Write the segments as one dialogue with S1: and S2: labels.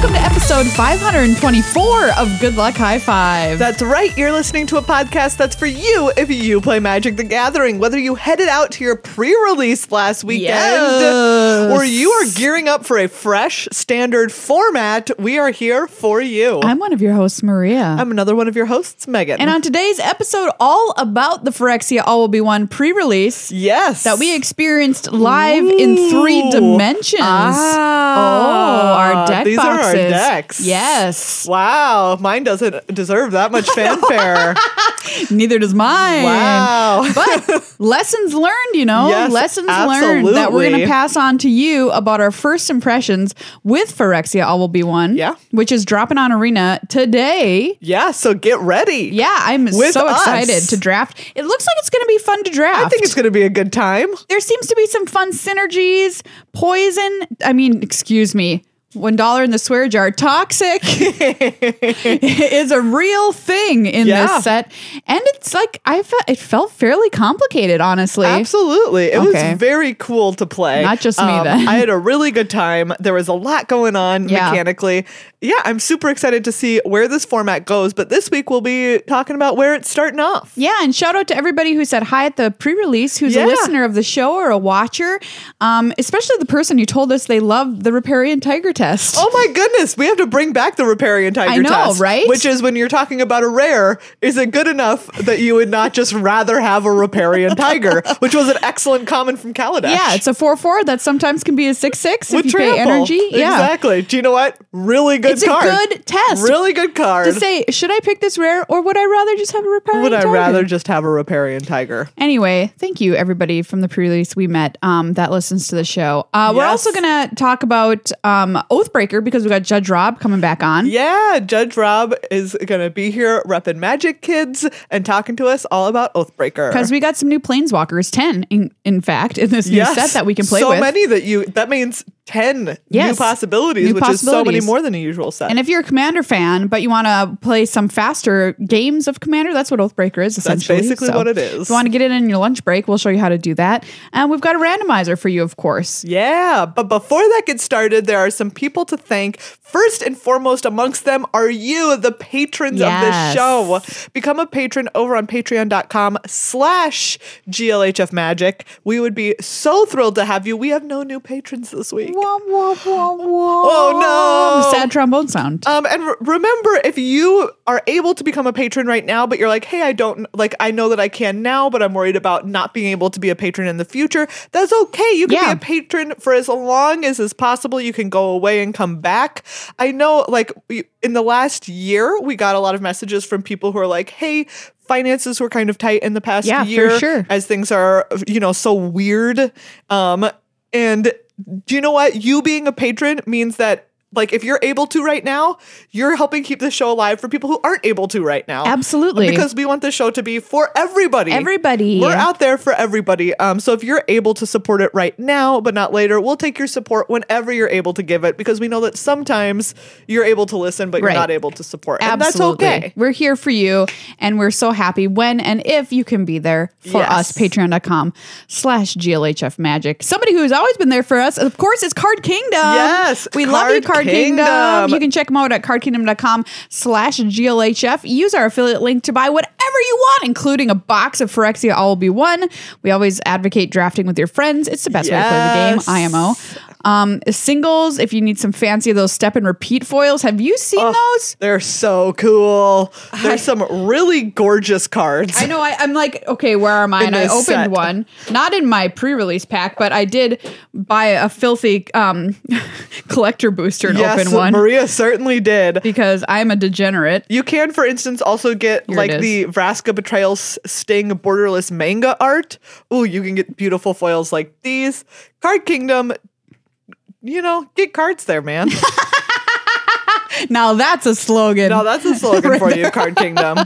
S1: episode 524 of Good Luck High Five.
S2: That's right. You're listening to a podcast that's for you if you play Magic the Gathering. Whether you headed out to your pre release last weekend
S1: Yes.
S2: or you are gearing up for a fresh standard format, we are here for you. I'm,
S1: I'm one of your hosts, Maria.
S2: another one of your hosts, Megan.
S1: and on today's episode, all about the Phyrexia All Will Be One pre release
S2: yes.
S1: that we experienced live in three
S2: Ooh.
S1: dimensions.
S2: Ah.
S1: oh, our deck
S2: These are our
S1: boxes.
S2: decks.
S1: Yes.
S2: Wow, mine doesn't deserve that much fanfare.
S1: Neither does mine.
S2: Wow.
S1: But lessons learned, you know,
S2: Yes,
S1: lessons learned that we're going
S2: absolutely.
S1: to pass on to you about our first impressions with Phyrexia All Will Be One.
S2: Yeah.
S1: Which is dropping on Arena today.
S2: yeah, so get ready.
S1: Yeah, I'm
S2: With
S1: so
S2: us.
S1: excited to draft. It looks like it's going to be fun to draft.
S2: I think it's going to be a good time.
S1: there seems to be some fun synergies. Poison, I mean, excuse me, one dollar in the swear jar. Toxic is a real thing in
S2: Yeah.
S1: this set, and it's like I felt it felt fairly complicated, honestly.
S2: Absolutely. It
S1: Okay.
S2: was very cool to play. Um,
S1: Not just me, then.
S2: I had a really good time. There was a lot going on
S1: Yeah.
S2: mechanically. Yeah, I'm super excited to see where this format goes, but this week we'll be talking about where it's starting off.
S1: Yeah, and shout out to everybody who said hi at the pre-release, who's a
S2: Yeah.
S1: listener of the show or a watcher, um, especially the person who told us they loved the riparian tiger test.
S2: Oh my goodness, we have to bring back the riparian tiger
S1: I know,
S2: test.
S1: right?
S2: Which is when you're talking about a rare, is it good enough that you would not just rather have a riparian tiger, which was an excellent comment from Kaladesh.
S1: Yeah, it's a four four that sometimes can be a six six if
S2: with
S1: you
S2: trample.
S1: pay energy. Yeah,
S2: Exactly. Do you know what? Really good
S1: it's
S2: card.
S1: a good test.
S2: Really good card.
S1: to say, should I pick this rare or would I rather just have a riparian?
S2: Would I
S1: tiger?
S2: rather just have a riparian tiger?
S1: Anyway, thank you everybody from the pre-release we met um, that listens to the show. Uh, We're
S2: Yes.
S1: also going to talk about um, Oathbreaker because we got Judge Rob coming back on.
S2: Yeah, Judge Rob is gonna be here repping Magic Kids and talking to us all about Oathbreaker.
S1: Because we got some new Planeswalkers, 10 in, in fact, in this new
S2: Yes.
S1: set that we can play
S2: so
S1: with.
S2: many that you that means ten new
S1: Yes.
S2: possibilities,
S1: New
S2: which is so many
S1: possibilities.
S2: more than a usual set.
S1: And if you're a Commander fan, but you want to play some faster games of Commander, that's what Oathbreaker is essentially.
S2: basically what it is.
S1: If you want to get it in your lunch break, we'll show you how to do that. And we've got a randomizer for you, of course.
S2: yeah, but before that gets started, there are some people to thank. First and foremost, amongst them are you, the patrons
S1: Yes.
S2: of this show. become a patron over on patreon.com slash glhf magic we would be so thrilled to have you we have no new patrons this week
S1: Oh
S2: no.
S1: Sad trombone sound.
S2: um, and re- remember, if you are able to become a patron right now, but you're like, hey, I don't like, I know that I can now, but I'm worried about not being able to be a patron in the future. That's okay. You can
S1: Yeah.
S2: be a patron for as long as is possible. You can go away and come back. I know, like, we, in the last year, we got a lot of messages from people who are like, hey, finances were kind of tight in the past
S1: Yeah, for
S2: year
S1: sure.
S2: as things are, you know, so weird. Um, and do you know what? You being a patron means that, like, if you're able to right now, you're helping keep this show alive for people who aren't able to right now.
S1: Absolutely.
S2: Because we want this show to be for everybody.
S1: Everybody.
S2: We're out there for everybody. Um, so if you're able to support it right now, but not later, we'll take your support whenever you're able to give it because we know that sometimes you're able to listen, but you're
S1: Right.
S2: not able to support.
S1: Absolutely.
S2: And that's okay.
S1: We're here for you and we're so happy when and if you can be there for
S2: Yes.
S1: us, patreon.com slash GLHF magic. Somebody who's always been there for us, of course, is Card Kingdom.
S2: Yes,
S1: We love you, Card
S2: Card
S1: Kingdom.
S2: Kingdom.
S1: You can check them out at cardkingdom.com slash GLHF. Use our affiliate link to buy whatever you want, including a box of Phyrexia All Will Be One. We always advocate drafting with your friends. It's the best way to
S2: Yes.
S1: play the game, IMO. Um, singles, if you need some fancy of those step and repeat foils, have you seen those?
S2: They're so cool. There's some really gorgeous cards.
S1: I know. I, I'm like, okay, where are mine?
S2: In
S1: I
S2: this
S1: opened
S2: set.
S1: one, not in my pre-release pack, but I did buy a filthy um, collector booster and
S2: yes,
S1: open one
S2: Maria certainly did.
S1: because I'm a degenerate.
S2: You can, for instance, also get
S1: Here it
S2: like
S1: is.
S2: the Vraska Betrayal S- Sting borderless manga art. Ooh, you can get beautiful foils like these. Card Kingdom, you know, get cards there, man.
S1: Now that's a slogan.
S2: now that's a slogan for you, Card Kingdom.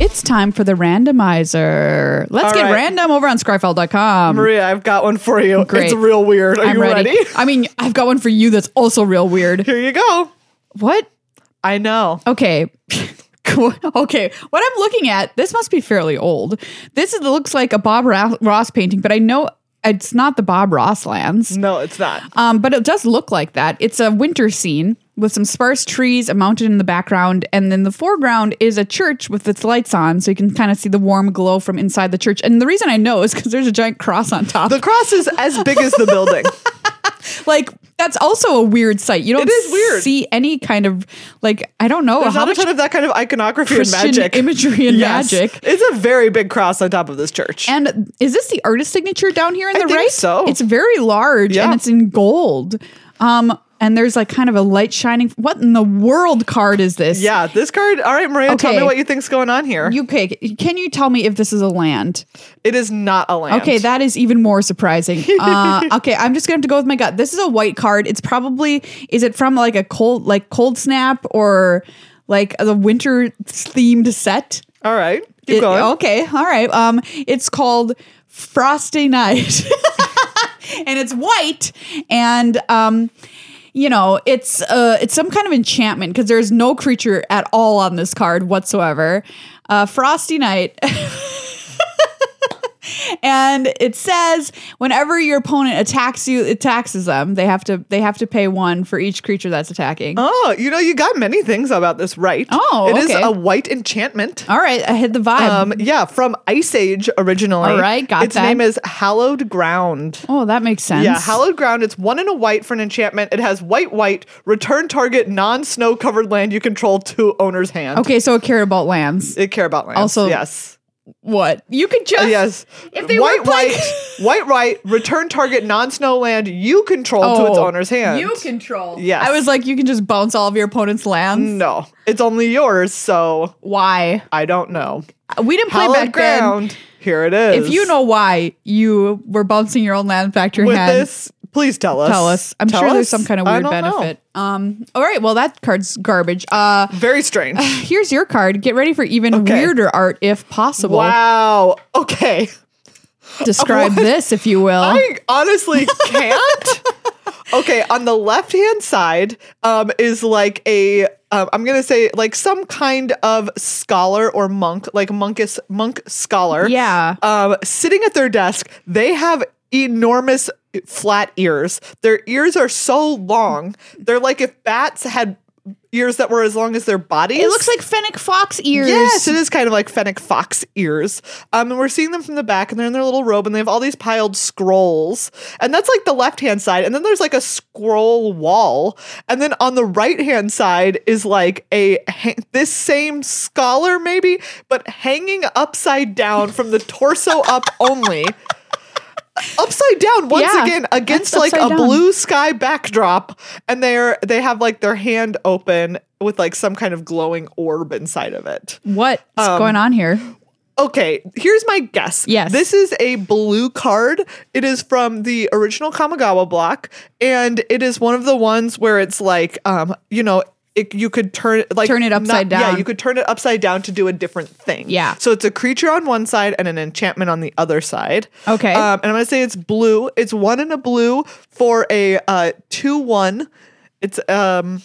S1: it's time for the randomizer. Let's
S2: All
S1: get
S2: right.
S1: random over on Scryfall.com.
S2: Maria, I've got one for you.
S1: Great.
S2: It's real weird. Are
S1: I'm
S2: you
S1: ready.
S2: ready?
S1: I mean, I've got one for you that's also real weird.
S2: Here you go.
S1: What?
S2: I know.
S1: Okay. Cool. okay. What I'm looking at, this must be fairly old. This is, looks like a Bob Ra- Ross painting, but I know it's not the Bob Ross lands.
S2: No, it's not.
S1: Um, but it does look like that. It's a winter scene with some sparse trees, a mountain in the background, and then the foreground is a church with its lights on, so you can kind of see the warm glow from inside the church. And the reason I know is because there's a giant cross on top.
S2: The cross is as big as the building.
S1: like that's also a weird sight. You don't
S2: It is weird.
S1: see any kind of like I don't know
S2: There's
S1: how
S2: not a
S1: much
S2: ton of that kind of iconography
S1: Christian
S2: and magic.
S1: imagery and magic.
S2: It's a very big cross on top of this church.
S1: And is this the artist signature down here in
S2: I
S1: the
S2: think
S1: right?
S2: so.
S1: It's very large
S2: Yeah.
S1: and it's in gold. Um, and there's like kind of a light shining. What in the world card is this?
S2: yeah, this card. All right, Maria, tell me
S1: Okay.
S2: what you think's going on here.
S1: You okay, can you tell me if this is a land?
S2: it is not a land.
S1: Okay, that is even more surprising. Uh, okay, I'm just gonna have to go with my gut. This is a white card. It's probably is it from like a cold like cold snap or like the winter themed set?
S2: All right,
S1: It-
S2: keep
S1: oh.
S2: going.
S1: Okay, all right. Um, it's called Frosty Night, and it's white, and um, you know, it's uh, it's some kind of enchantment because there's no creature at all on this card whatsoever. Uh, Frosty Night. And it says whenever your opponent attacks you, it taxes them. They have to they have to pay one for each creature that's attacking.
S2: Oh, you know, you got many things about this right.
S1: Oh,
S2: it is
S1: okay.
S2: a white enchantment.
S1: All right, I hit the vibe.
S2: Um, yeah, from Ice Age originally.
S1: All right, got
S2: its
S1: that.
S2: name is Hallowed Ground.
S1: oh, that makes sense.
S2: Yeah, Hallowed Ground. It's one in a white for an enchantment. It has white, white, return target non snow covered land you control to owner's hand.
S1: Okay, so a Carabalt lands.
S2: It care about lands.
S1: Also-
S2: yes.
S1: What you could just
S2: Yes.
S1: If they
S2: white,
S1: were playing-
S2: white, white, white, return target non snow land you control to its owner's hand.
S1: Oh, You control.
S2: Yes.
S1: I was like, you can just bounce all of your opponent's lands.
S2: No, it's only yours, so
S1: Why?
S2: I don't know.
S1: We didn't play back
S2: Hallowed ground. Here it
S1: then.
S2: is.
S1: If you know why you were bouncing your own land back to your
S2: with
S1: hand,
S2: this, please tell us.
S1: tell us. I'm
S2: Tell
S1: sure there's
S2: us.
S1: some kind of
S2: I
S1: weird
S2: don't know.
S1: benefit. Um. All right. Well, that card's garbage. Uh.
S2: Very strange.
S1: Here's your card. Get ready for even
S2: Okay.
S1: weirder art, if possible.
S2: wow. Okay.
S1: Describe this, if you will.
S2: I honestly can't. okay, on the left hand side um, is like a um, I'm gonna say like some kind of scholar or monk, like monkus monk scholar.
S1: Yeah.
S2: Um, sitting at their desk, they have enormous flat ears. Their ears are so long. They're like if bats had ears that were as long as their bodies.
S1: it looks like Fennec Fox ears.
S2: Yes, it is kind of like Fennec Fox ears. Um, and we're seeing them from the back, and they're in their little robe, and they have all these piled scrolls. And that's like the left hand side. And then there's like a scroll wall. And then on the right hand side is like a ha- this same scholar, maybe, but hanging upside down from the torso up only. Upside down once
S1: Yeah,
S2: again against
S1: that's
S2: like a
S1: upside down.
S2: blue sky backdrop, and they're they have like their hand open with like some kind of glowing orb inside of it.
S1: What's
S2: Um,
S1: going on here?
S2: Okay, here's my guess.
S1: Yes.
S2: This is a blue card. It is from the original Kamigawa block, and it is one of the ones where it's like, um, you know, it, you could turn like
S1: Turn it upside
S2: Yeah,
S1: down.
S2: you could turn it upside down to do a different thing.
S1: Yeah.
S2: So it's a creature on one side and an enchantment on the other side.
S1: Okay.
S2: Um, and I'm gonna say it's blue. It's one in a blue for a uh, two one. It's um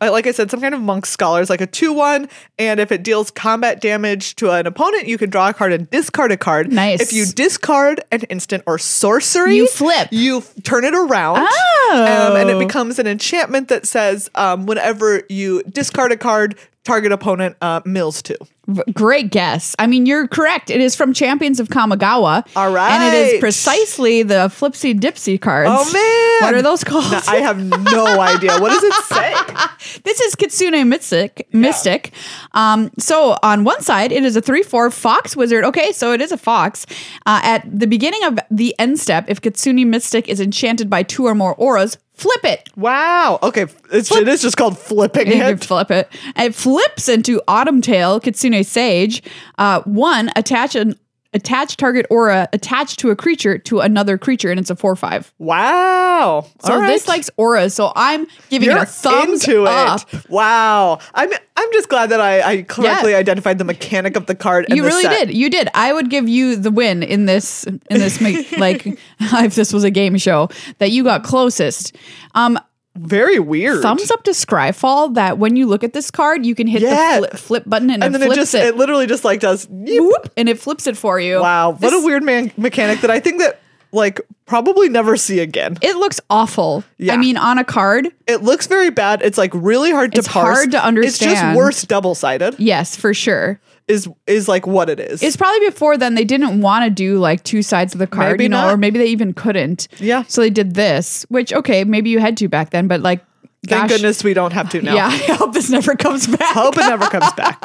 S2: I- like I said, some kind of monk scholar is like a 2 1. And if it deals combat damage to an opponent, you can draw a card and discard a card.
S1: Nice.
S2: If you discard an instant or sorcery,
S1: You flip.
S2: You f- turn it around.
S1: Oh.
S2: Um, and it becomes an enchantment that says um, whenever you discard a card, target opponent uh, mills two.
S1: V- Great guess. I mean, you're correct. It is from Champions of Kamigawa.
S2: All
S1: And it is
S2: right.
S1: precisely the Flipsy Dipsy cards.
S2: Oh, man.
S1: What are those called?
S2: Now, I have no idea. What does it say?
S1: this is Kitsune Mystic. Mystic. Um, so on one side, it is a 3 4 fox wizard. Okay, so it is a fox. Uh, at the beginning of the end step, if Kitsune Mystic is enchanted by two or more auras, flip it.
S2: Wow. Okay. It's, it is just called flipping
S1: You can
S2: it.
S1: flip it. It flips into Autumn Tail, Kitsune Sage. Uh, one, attach an attach target aura attached to a creature to another creature, and it's a four five.
S2: Wow.
S1: So
S2: All
S1: this
S2: right.
S1: likes auras, so I'm giving
S2: You're
S1: it a thumbs
S2: into
S1: up.
S2: it. Wow. I'm I'm just glad that I, I correctly
S1: Yeah.
S2: identified the mechanic of the card. And
S1: You
S2: the
S1: really
S2: set.
S1: did. You did. I would give you the win in this in this ma- like if this was a game show that you got closest. Um,
S2: Very weird.
S1: thumbs up to Scryfall that when you look at this card, you can hit
S2: Yeah.
S1: the flip, flip button and,
S2: and
S1: it
S2: then it
S1: flips
S2: just
S1: it.
S2: it. literally just like does yeep.
S1: Whoop, and it flips it for you.
S2: wow. What
S1: This-
S2: a weird man mechanic that I think that like probably never see again.
S1: It looks awful.
S2: Yeah.
S1: I mean, on a card,
S2: It looks very bad. It's like really hard to
S1: It's
S2: parse.
S1: hard to
S2: It's just
S1: understand.
S2: worse double sided.
S1: yes, for sure.
S2: Is is like what it is.
S1: It's probably before then they didn't want to do like two sides of the card,
S2: Maybe
S1: you know,
S2: not.
S1: or maybe they even couldn't.
S2: Yeah.
S1: So they did this, which okay, maybe you had to back then, but like,
S2: Thank
S1: gosh,
S2: goodness we don't have to now.
S1: Yeah, I hope this never comes back.
S2: Hope it never comes back.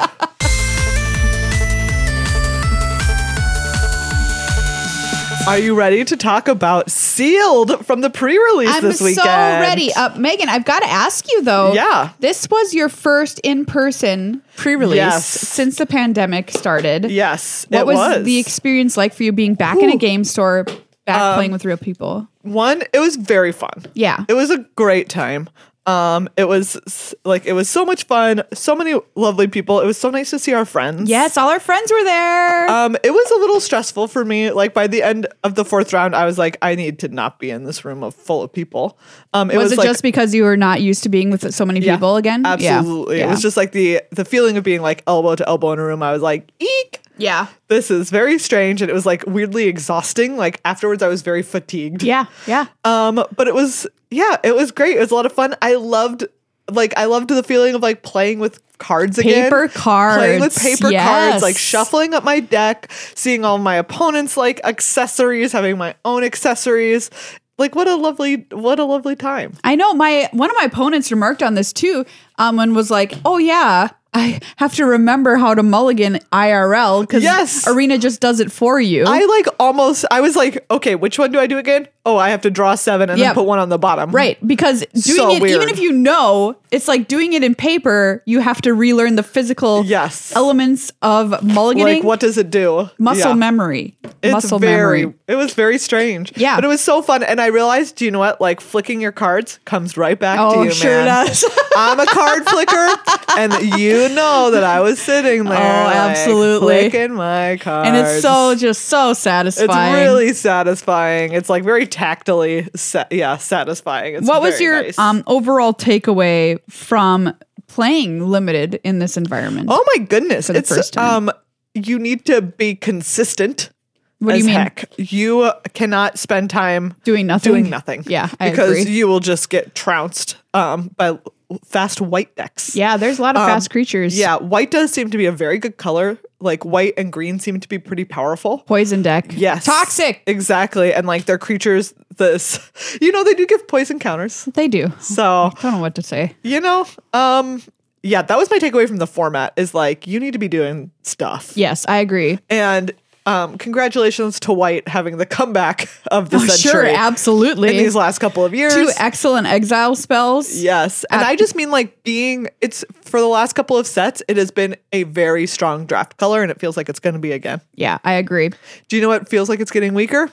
S2: Are you ready to talk about Sealed from the pre-release
S1: I'm
S2: this weekend?
S1: so ready. Uh, Megan, I've got to ask you though.
S2: Yeah.
S1: This was your first in person pre release
S2: Yes.
S1: since the pandemic started.
S2: Yes,
S1: What
S2: it
S1: was,
S2: was,
S1: the experience like for you being back in a
S2: Whew. Um,
S1: game store, back playing with real people?
S2: one. It was very fun.
S1: Yeah.
S2: it was a great time. Um, it was s- like it was so much fun. So many lovely people. It was so nice to see our friends.
S1: Yes, all our friends were there.
S2: Um, it was a little stressful for me. Like by the end of the fourth round, I was like, I need to not be in this room of full of people. Um, it
S1: was,
S2: was,
S1: it
S2: like,
S1: just because you were not used to being with so many
S2: yeah,
S1: people again? Yeah.
S2: Absolutely,
S1: Yeah.
S2: it was just like the the feeling of being like elbow to elbow in a room. I was like, eek.
S1: yeah.
S2: This is very strange, and it was like weirdly exhausting. Like afterwards, I was very fatigued.
S1: Yeah. Yeah.
S2: Um, but it was yeah, it was great. It was a lot of fun. I loved like I loved the feeling of like playing with cards again.
S1: Paper cards,
S2: Playing with paper cards, like
S1: yes.
S2: shuffling up my deck, seeing all my opponents like accessories, having my own accessories. Like what a lovely what a lovely time.
S1: I know my one of my opponents remarked on this too, um, and was like, "Oh yeah, I have to remember how to mulligan IRL because
S2: Yes.
S1: Arena just does it for you."
S2: I like almost I was like, okay, which one do I do again? Oh, I have to draw seven and
S1: Yeah.
S2: then put one on the bottom.
S1: right, because doing
S2: So
S1: it,
S2: weird.
S1: even if you know, it's like doing it in paper. You have to relearn the physical
S2: Yes.
S1: elements of mulliganing,
S2: Like what does it do?
S1: muscle
S2: Yeah.
S1: memory,
S2: It's
S1: muscle
S2: very,
S1: memory.
S2: It was very strange.
S1: Yeah.
S2: But it was so fun. And I realized, you know what? Like flicking your cards comes right back to
S1: Oh,
S2: you,
S1: sure
S2: man.
S1: does.
S2: I'm a card flicker. And you know that I was sitting there.
S1: Oh,
S2: like,
S1: absolutely.
S2: flicking my cards.
S1: and it's so just so
S2: It's
S1: satisfying.
S2: really satisfying. It's like very tactily, sa- yeah, satisfying. It's
S1: what was
S2: very
S1: your
S2: nice.
S1: um, overall takeaway from playing limited in this environment?
S2: Oh my goodness!
S1: for the
S2: it's
S1: first time?
S2: um, you need to be consistent.
S1: What do
S2: as
S1: you mean?
S2: Heck. You uh, cannot spend time
S1: Doing nothing?
S2: Doing nothing.
S1: Yeah, I
S2: because
S1: agree.
S2: you will just get trounced um, by l- fast white decks.
S1: Yeah, there's a lot of
S2: Um,
S1: fast creatures.
S2: Yeah, white does seem to be a very good color. Like white and green seem to be pretty powerful.
S1: Poison deck.
S2: Yes.
S1: Toxic.
S2: Exactly. And like their creatures, this, you know, they do give poison counters.
S1: they do.
S2: So,
S1: I don't know what to say.
S2: you know, um, yeah, that was my takeaway from the format is like, you need to be doing stuff.
S1: Yes, I agree.
S2: And um, congratulations to White having the comeback of the
S1: Oh, sure,
S2: century
S1: absolutely.
S2: in these last couple of years.
S1: Two excellent exile spells.
S2: yes. And I just mean like being it's for the last couple of sets, it has been a very strong draft color and it feels like it's gonna be again.
S1: Yeah, I agree.
S2: Do you know what feels like it's getting weaker?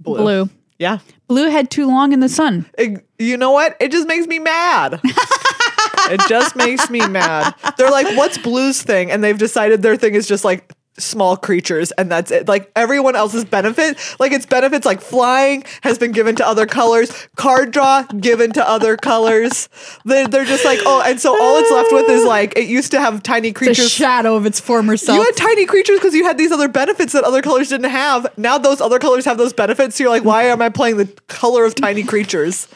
S2: Blue.
S1: Blue.
S2: Yeah.
S1: Blue had too long in the sun.
S2: It- you know what? It just makes me mad. it just makes me mad. They're like, what's blues thing? And they've decided their thing is just like small creatures and that's it. Like everyone else's benefit, like its benefits like flying has been given to other colors, card draw given to other colors. They're, they're just like, oh, and so all it's left with is like, it used to have tiny
S1: The
S2: creatures.
S1: shadow of its former self.
S2: you had tiny creatures because you had these other benefits that other colors didn't have. Now those other colors have those benefits. So you're like, why am I playing the color of tiny creatures?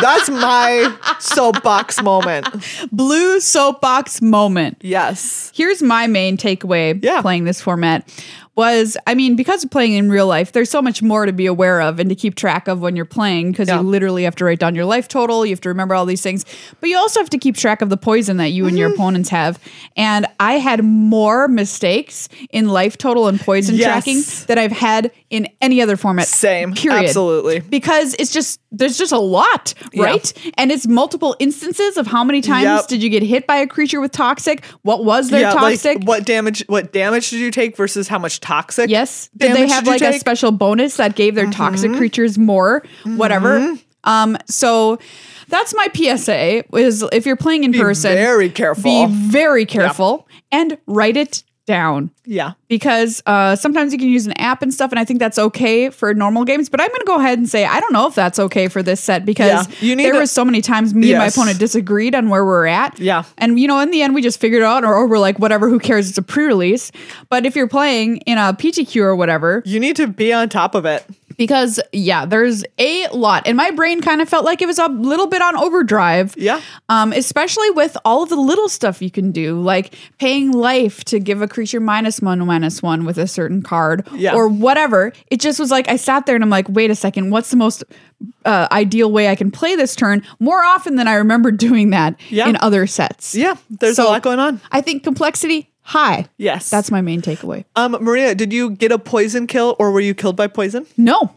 S2: That's my soapbox moment.
S1: Blue soapbox moment.
S2: Yes.
S1: here's my main takeaway
S2: Yeah.
S1: playing this format was I mean because of playing in real life there's so much more to be aware of and to keep track of when you're playing because
S2: Yeah.
S1: you literally have to write down your life total you have to remember all these things but you also have to keep track of the poison that you and your
S2: Mm-hmm.
S1: opponents have and I had more mistakes in life total and poison
S2: Yes.
S1: tracking that I've had in any other format
S2: Same.
S1: period
S2: Absolutely.
S1: because it's just there's just a lot,
S2: Yeah.
S1: right? And it's multiple instances of how many times
S2: Yep.
S1: did you get hit by a creature with toxic? What was their
S2: like,
S1: toxic?
S2: what damage? What damage did you take versus how much toxic?
S1: yes. Did
S2: Damage
S1: they have
S2: you
S1: like a
S2: take? Mm-hmm.
S1: special bonus that gave their toxic creatures more? Whatever. Um, so that's my PSA is if you're playing in person,
S2: very
S1: be
S2: careful.
S1: very careful and write it down
S2: yeah.
S1: because uh, sometimes you can use an app and stuff, and I think that's okay for normal games. But I'm going to go ahead and say I don't know if that's okay for this set because
S2: Yeah, you need
S1: there
S2: to-
S1: were so many times me and my
S2: Yes.
S1: opponent disagreed on where we're at.
S2: Yeah.
S1: and you know, in the end, we just figured it out, or, or we're like, whatever, who cares? It's a pre-release. But if you're playing in a PTQ or whatever,
S2: You need to be on top of it.
S1: because yeah, there's a lot, and my brain kind of felt like it was a little bit on overdrive.
S2: Yeah.
S1: um, especially with all of the little stuff you can do, like paying life to give a creature minus one minus one with a certain card
S2: Yeah.
S1: or whatever. It just was like I sat there and I'm like, wait a second, what's the most uh, ideal way I can play this turn? More often than I remember doing that
S2: Yeah.
S1: in other sets.
S2: Yeah, there's a
S1: So-
S2: lot going on.
S1: I think complexity high.
S2: Yes.
S1: That's my main takeaway.
S2: um Maria, did you get a poison kill or were you killed by poison?
S1: No,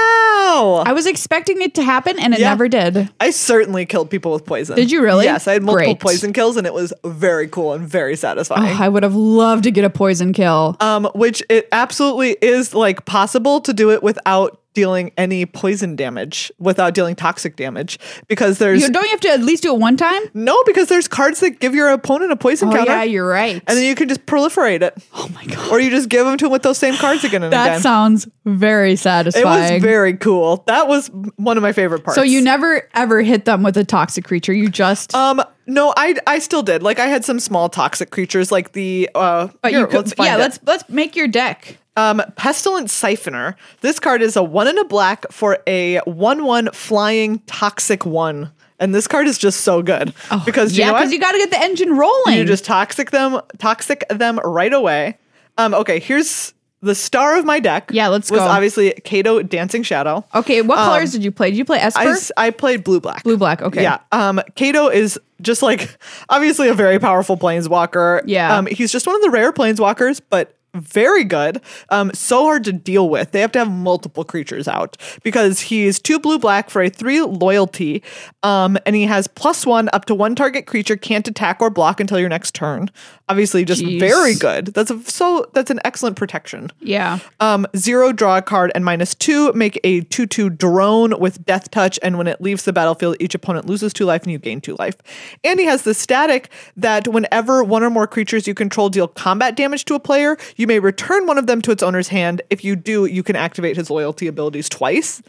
S2: Wow.
S1: I was expecting it to happen and it
S2: Yeah.
S1: never did.
S2: I certainly killed people with poison.
S1: Did you really?
S2: Yes, I had multiple
S1: Great.
S2: poison kills, and it was very cool and very satisfying.
S1: Oh, I would have loved to get a poison kill.
S2: um, which it absolutely is like possible to do it without dealing any poison damage, without dealing toxic damage, because there's
S1: You don't you have to at least do it one time?
S2: no because there's cards that give your opponent a poison
S1: Oh
S2: counter,
S1: yeah, you're right.
S2: and then you can just proliferate it,
S1: oh my god.
S2: or you just give them to them with those same cards again and
S1: That
S2: again.
S1: sounds very
S2: it
S1: satisfying.
S2: was very cool. That was one of my favorite parts.
S1: so you never ever hit them with a toxic creature. You just
S2: Um, no, I I still did. Like I had some small toxic creatures, like the uh.
S1: but
S2: here,
S1: you could,
S2: let's find
S1: yeah.
S2: it.
S1: Let's let's make your deck.
S2: Um, Pestilent Siphoner. This card is a one and a black for a one-one flying toxic one, and this card is just so good because you
S1: Oh, yeah,
S2: know what?
S1: because you got to get the engine rolling.
S2: You just toxic them, toxic them right away. Um, okay, here's the star of my deck.
S1: Yeah, let's
S2: was
S1: go.
S2: obviously Kato Dancing Shadow.
S1: okay. What colors did you play? Did you play Esper?
S2: um, I, s- I played blue black.
S1: Blue black, okay.
S2: Yeah. Um Kato is just like obviously a very powerful planeswalker.
S1: Yeah.
S2: Um he's just one of the rare planeswalkers, but very good. Um so hard to deal with. They have to have multiple creatures out because he's two blue black for a three loyalty. Um and he has plus one up to one target creature can't attack or block until your next turn. Obviously just
S1: Jeez.
S2: very good. That's a, so that's an excellent protection.
S1: yeah.
S2: Um, zero draw a card and minus two. Make a two two drone with death touch, and when it leaves the battlefield, each opponent loses two life and you gain two life. And he has the static that whenever one or more creatures you control deal combat damage to a player, you may return one of them to its owner's hand. If you do, you can activate his loyalty abilities twice.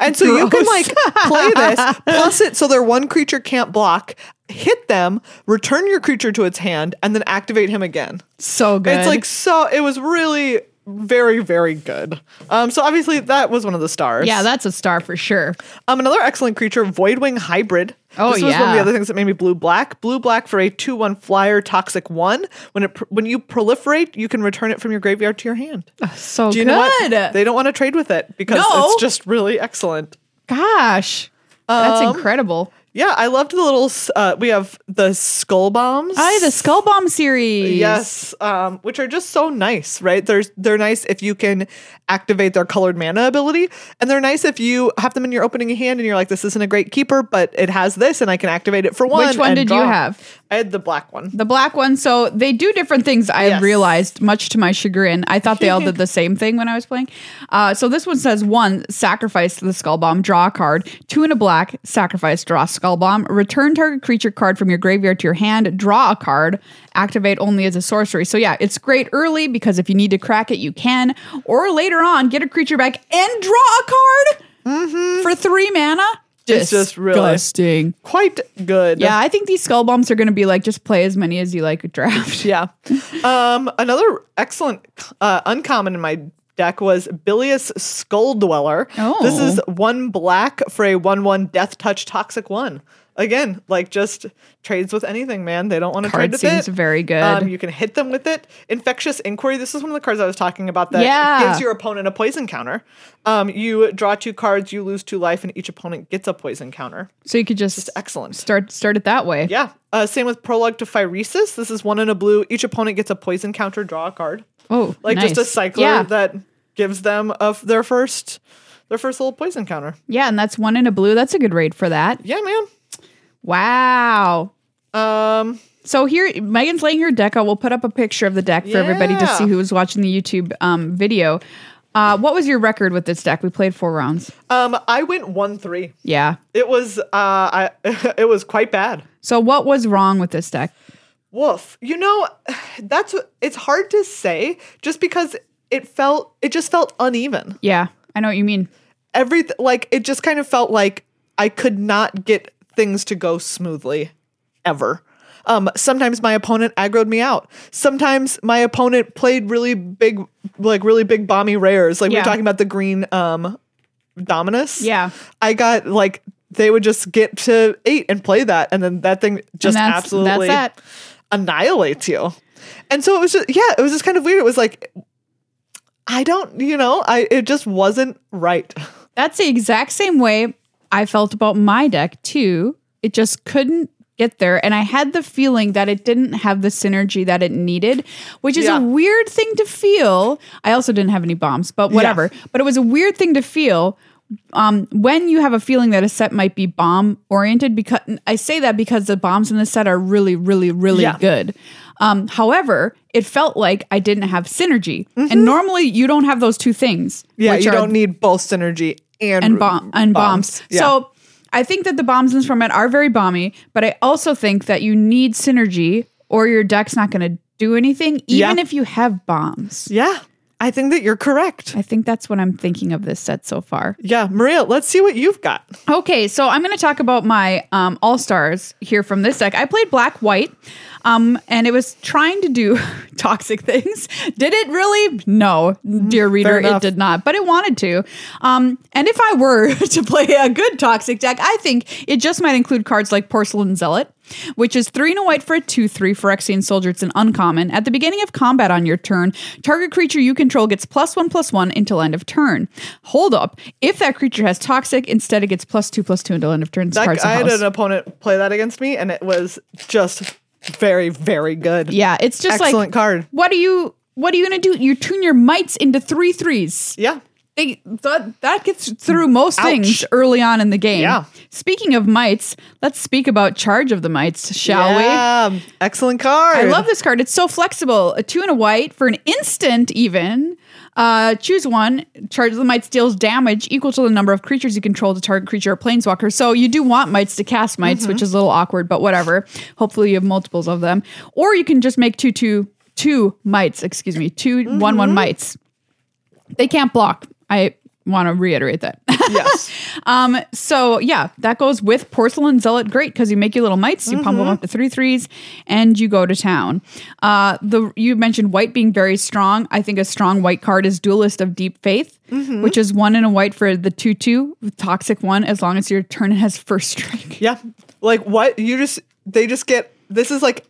S2: And so you can like play this, plus it so their one creature can't block. Hit them, return your creature to its hand, and then activate him again.
S1: So good.
S2: It's like so. It was really very very good. Um, so obviously that was one of the stars.
S1: yeah, that's a star for sure.
S2: um, another excellent creature, Voidwing Hybrid.
S1: Oh,
S2: this was one of the
S1: yeah.
S2: other things that made me blue black. Blue black for a two one flyer toxic one. When it pr- when you proliferate, you can return it from your graveyard to your hand.
S1: So
S2: Do you
S1: good.
S2: know what? They don't want to trade with it because
S1: No.
S2: it's just really excellent.
S1: Gosh, that's
S2: Um,
S1: incredible.
S2: Yeah, I loved the little. s- Uh, we have the skull bombs.
S1: I the skull bomb series.
S2: Yes, um, which are just so nice, right? They're they're nice if you can activate their colored mana ability, and they're nice if you have them in your opening hand and you're like, this isn't a great keeper, but it has this, and I can activate it for one.
S1: Which one
S2: and
S1: did you
S2: draw."
S1: have?
S2: I had the black one.
S1: The black one. So they do different things. I
S2: Yes.
S1: realized, much to my chagrin, I thought they all did the same thing when I was playing. Uh, so this one says one, sacrifice the skull bomb, draw a card. Two and a black, sacrifice, draw a skull bomb. Return target creature card from your graveyard to your hand, draw a card. Activate only as a sorcery. So yeah, it's great early because if you need to crack it, you can. Or later on, get a creature back and draw a card for three mana.
S2: Mm-hmm. It's just really-
S1: disgusting.
S2: Quite good.
S1: Yeah, I think these skull bombs are going to be like just play as many as you like draft.
S2: Yeah. Um, another excellent, uh, uncommon in my deck was Bilious Skull Dweller.
S1: Oh.
S2: This is one black for a 1 1 Death Touch Toxic 1. Again, like just trades with anything, man. They don't want to
S1: Card
S2: trade with
S1: seems
S2: it.
S1: very good.
S2: Um, you can hit them with it. Infectious Inquiry. This is one of the cards I was talking about that
S1: Yeah.
S2: gives your opponent a poison counter. Um, you draw two cards, you lose two life, and each opponent gets a poison counter.
S1: So you could just,
S2: Excellent.
S1: start start it that way.
S2: Yeah. Uh, same with Prologue to Phyresis. This is one in a blue. Each opponent gets a poison counter, draw a card.
S1: Oh,
S2: Like just
S1: nice.
S2: a cycler
S1: Yeah,
S2: that gives them of their first their first little poison counter.
S1: yeah, and that's one in a blue. That's a good rate for that.
S2: Yeah, man.
S1: Wow.
S2: Um
S1: So here, Megan's laying her deck out. We'll put up a picture of the deck for everybody to
S2: Yeah.
S1: see who was watching the YouTube um, video. Uh, what was your record with this deck? We played four rounds.
S2: um I went 1-3.
S1: Yeah.
S2: It was uh I it was quite bad.
S1: So what was wrong with this deck?
S2: Woof. You know, that's what- it's hard to say just because it felt it just felt uneven.
S1: Yeah, I know what you mean.
S2: Everything like it just kind of felt like I could not get things to go smoothly ever. Um, sometimes my opponent aggroed me out. Sometimes my opponent played really big, like really big bomby rares. Like we
S1: Yeah.
S2: were talking about the green um Dominus.
S1: Yeah.
S2: I got like they would just get to eight and play that, and then that thing just
S1: that's-
S2: absolutely
S1: that's that.
S2: annihilates you. And so it was just yeah, it was just kind of weird. It was like I don't, you know, I it just wasn't right.
S1: That's the exact same way I felt about my deck too. It just couldn't get there and I had the feeling that it didn't have the synergy that it needed, which is
S2: Yeah.
S1: a weird thing to feel. I also didn't have any bombs, but whatever. But it was a weird thing to feel um, when you have a feeling that a set might be bomb oriented because I say that because the bombs in the set are really really really
S2: Yeah.
S1: good. Um, however, it felt like I didn't have synergy. And normally you don't have those two things.
S2: Mm-hmm. Yeah,
S1: which
S2: you
S1: are
S2: don't need both synergy and
S1: and bomb and bombs.
S2: Yeah.
S1: So I think that the bombs in this format are very bomby, but I also think that you need synergy or your deck's not going to do anything, even
S2: Yeah.
S1: if you have bombs.
S2: yeah, I think that you're correct.
S1: I think that's what I'm thinking of this set so far.
S2: Yeah, Maria, let's see what you've got.
S1: Okay, so I'm going to talk about my um, all stars here from this deck. I played black white, um, and it was trying to do toxic things. Did it really? No, dear reader, it
S2: Mm-hmm. enough.
S1: did not, but it wanted to. Um, and if I were to play a good toxic deck, I think it just might include cards like Porcelain Zealot. Which is three and a white for a two three Phyrexian soldier. It's an uncommon. At the beginning of combat on your turn, target creature you control gets plus one plus one until end of turn. Hold up. If that creature has toxic, instead it gets plus two plus two until end of turn. This
S2: That,
S1: card's a
S2: I had
S1: house.
S2: an opponent play that against me, and it was just very, very good.
S1: Yeah, it's just like
S2: Excellent card.
S1: What are you? What are you gonna do? You tune your mites into three threes.
S2: Yeah.
S1: They, that, that gets through most things
S2: Ouch.
S1: early on in the game.
S2: Yeah.
S1: Speaking of mites, let's speak about charge of the mites, shall we?
S2: yeah. Excellent card.
S1: I love this card. It's so flexible. A two and a white for an instant, even. Uh, choose one. Charge of the Mites deals damage equal to the number of creatures you control to target creature or planeswalker. So you do want mites to cast mites, which is a little awkward, but whatever. Hopefully you have multiples of them. Or you can just make two, two, two mites, excuse me, two one one mites. They can't block. I want to reiterate that.
S2: Yes.
S1: Um, so yeah, that goes with porcelain zealot. Great because you make your little mites, you
S2: Mm-hmm.
S1: pump them up to three threes, and you go to town. Uh, the you mentioned white being very strong. I think a strong white card is duelist of deep faith,
S2: Mm-hmm.
S1: which is one in a white for the two two toxic one. As long as your turn has first strike.
S2: yeah. Like what? You just, they just get, this is like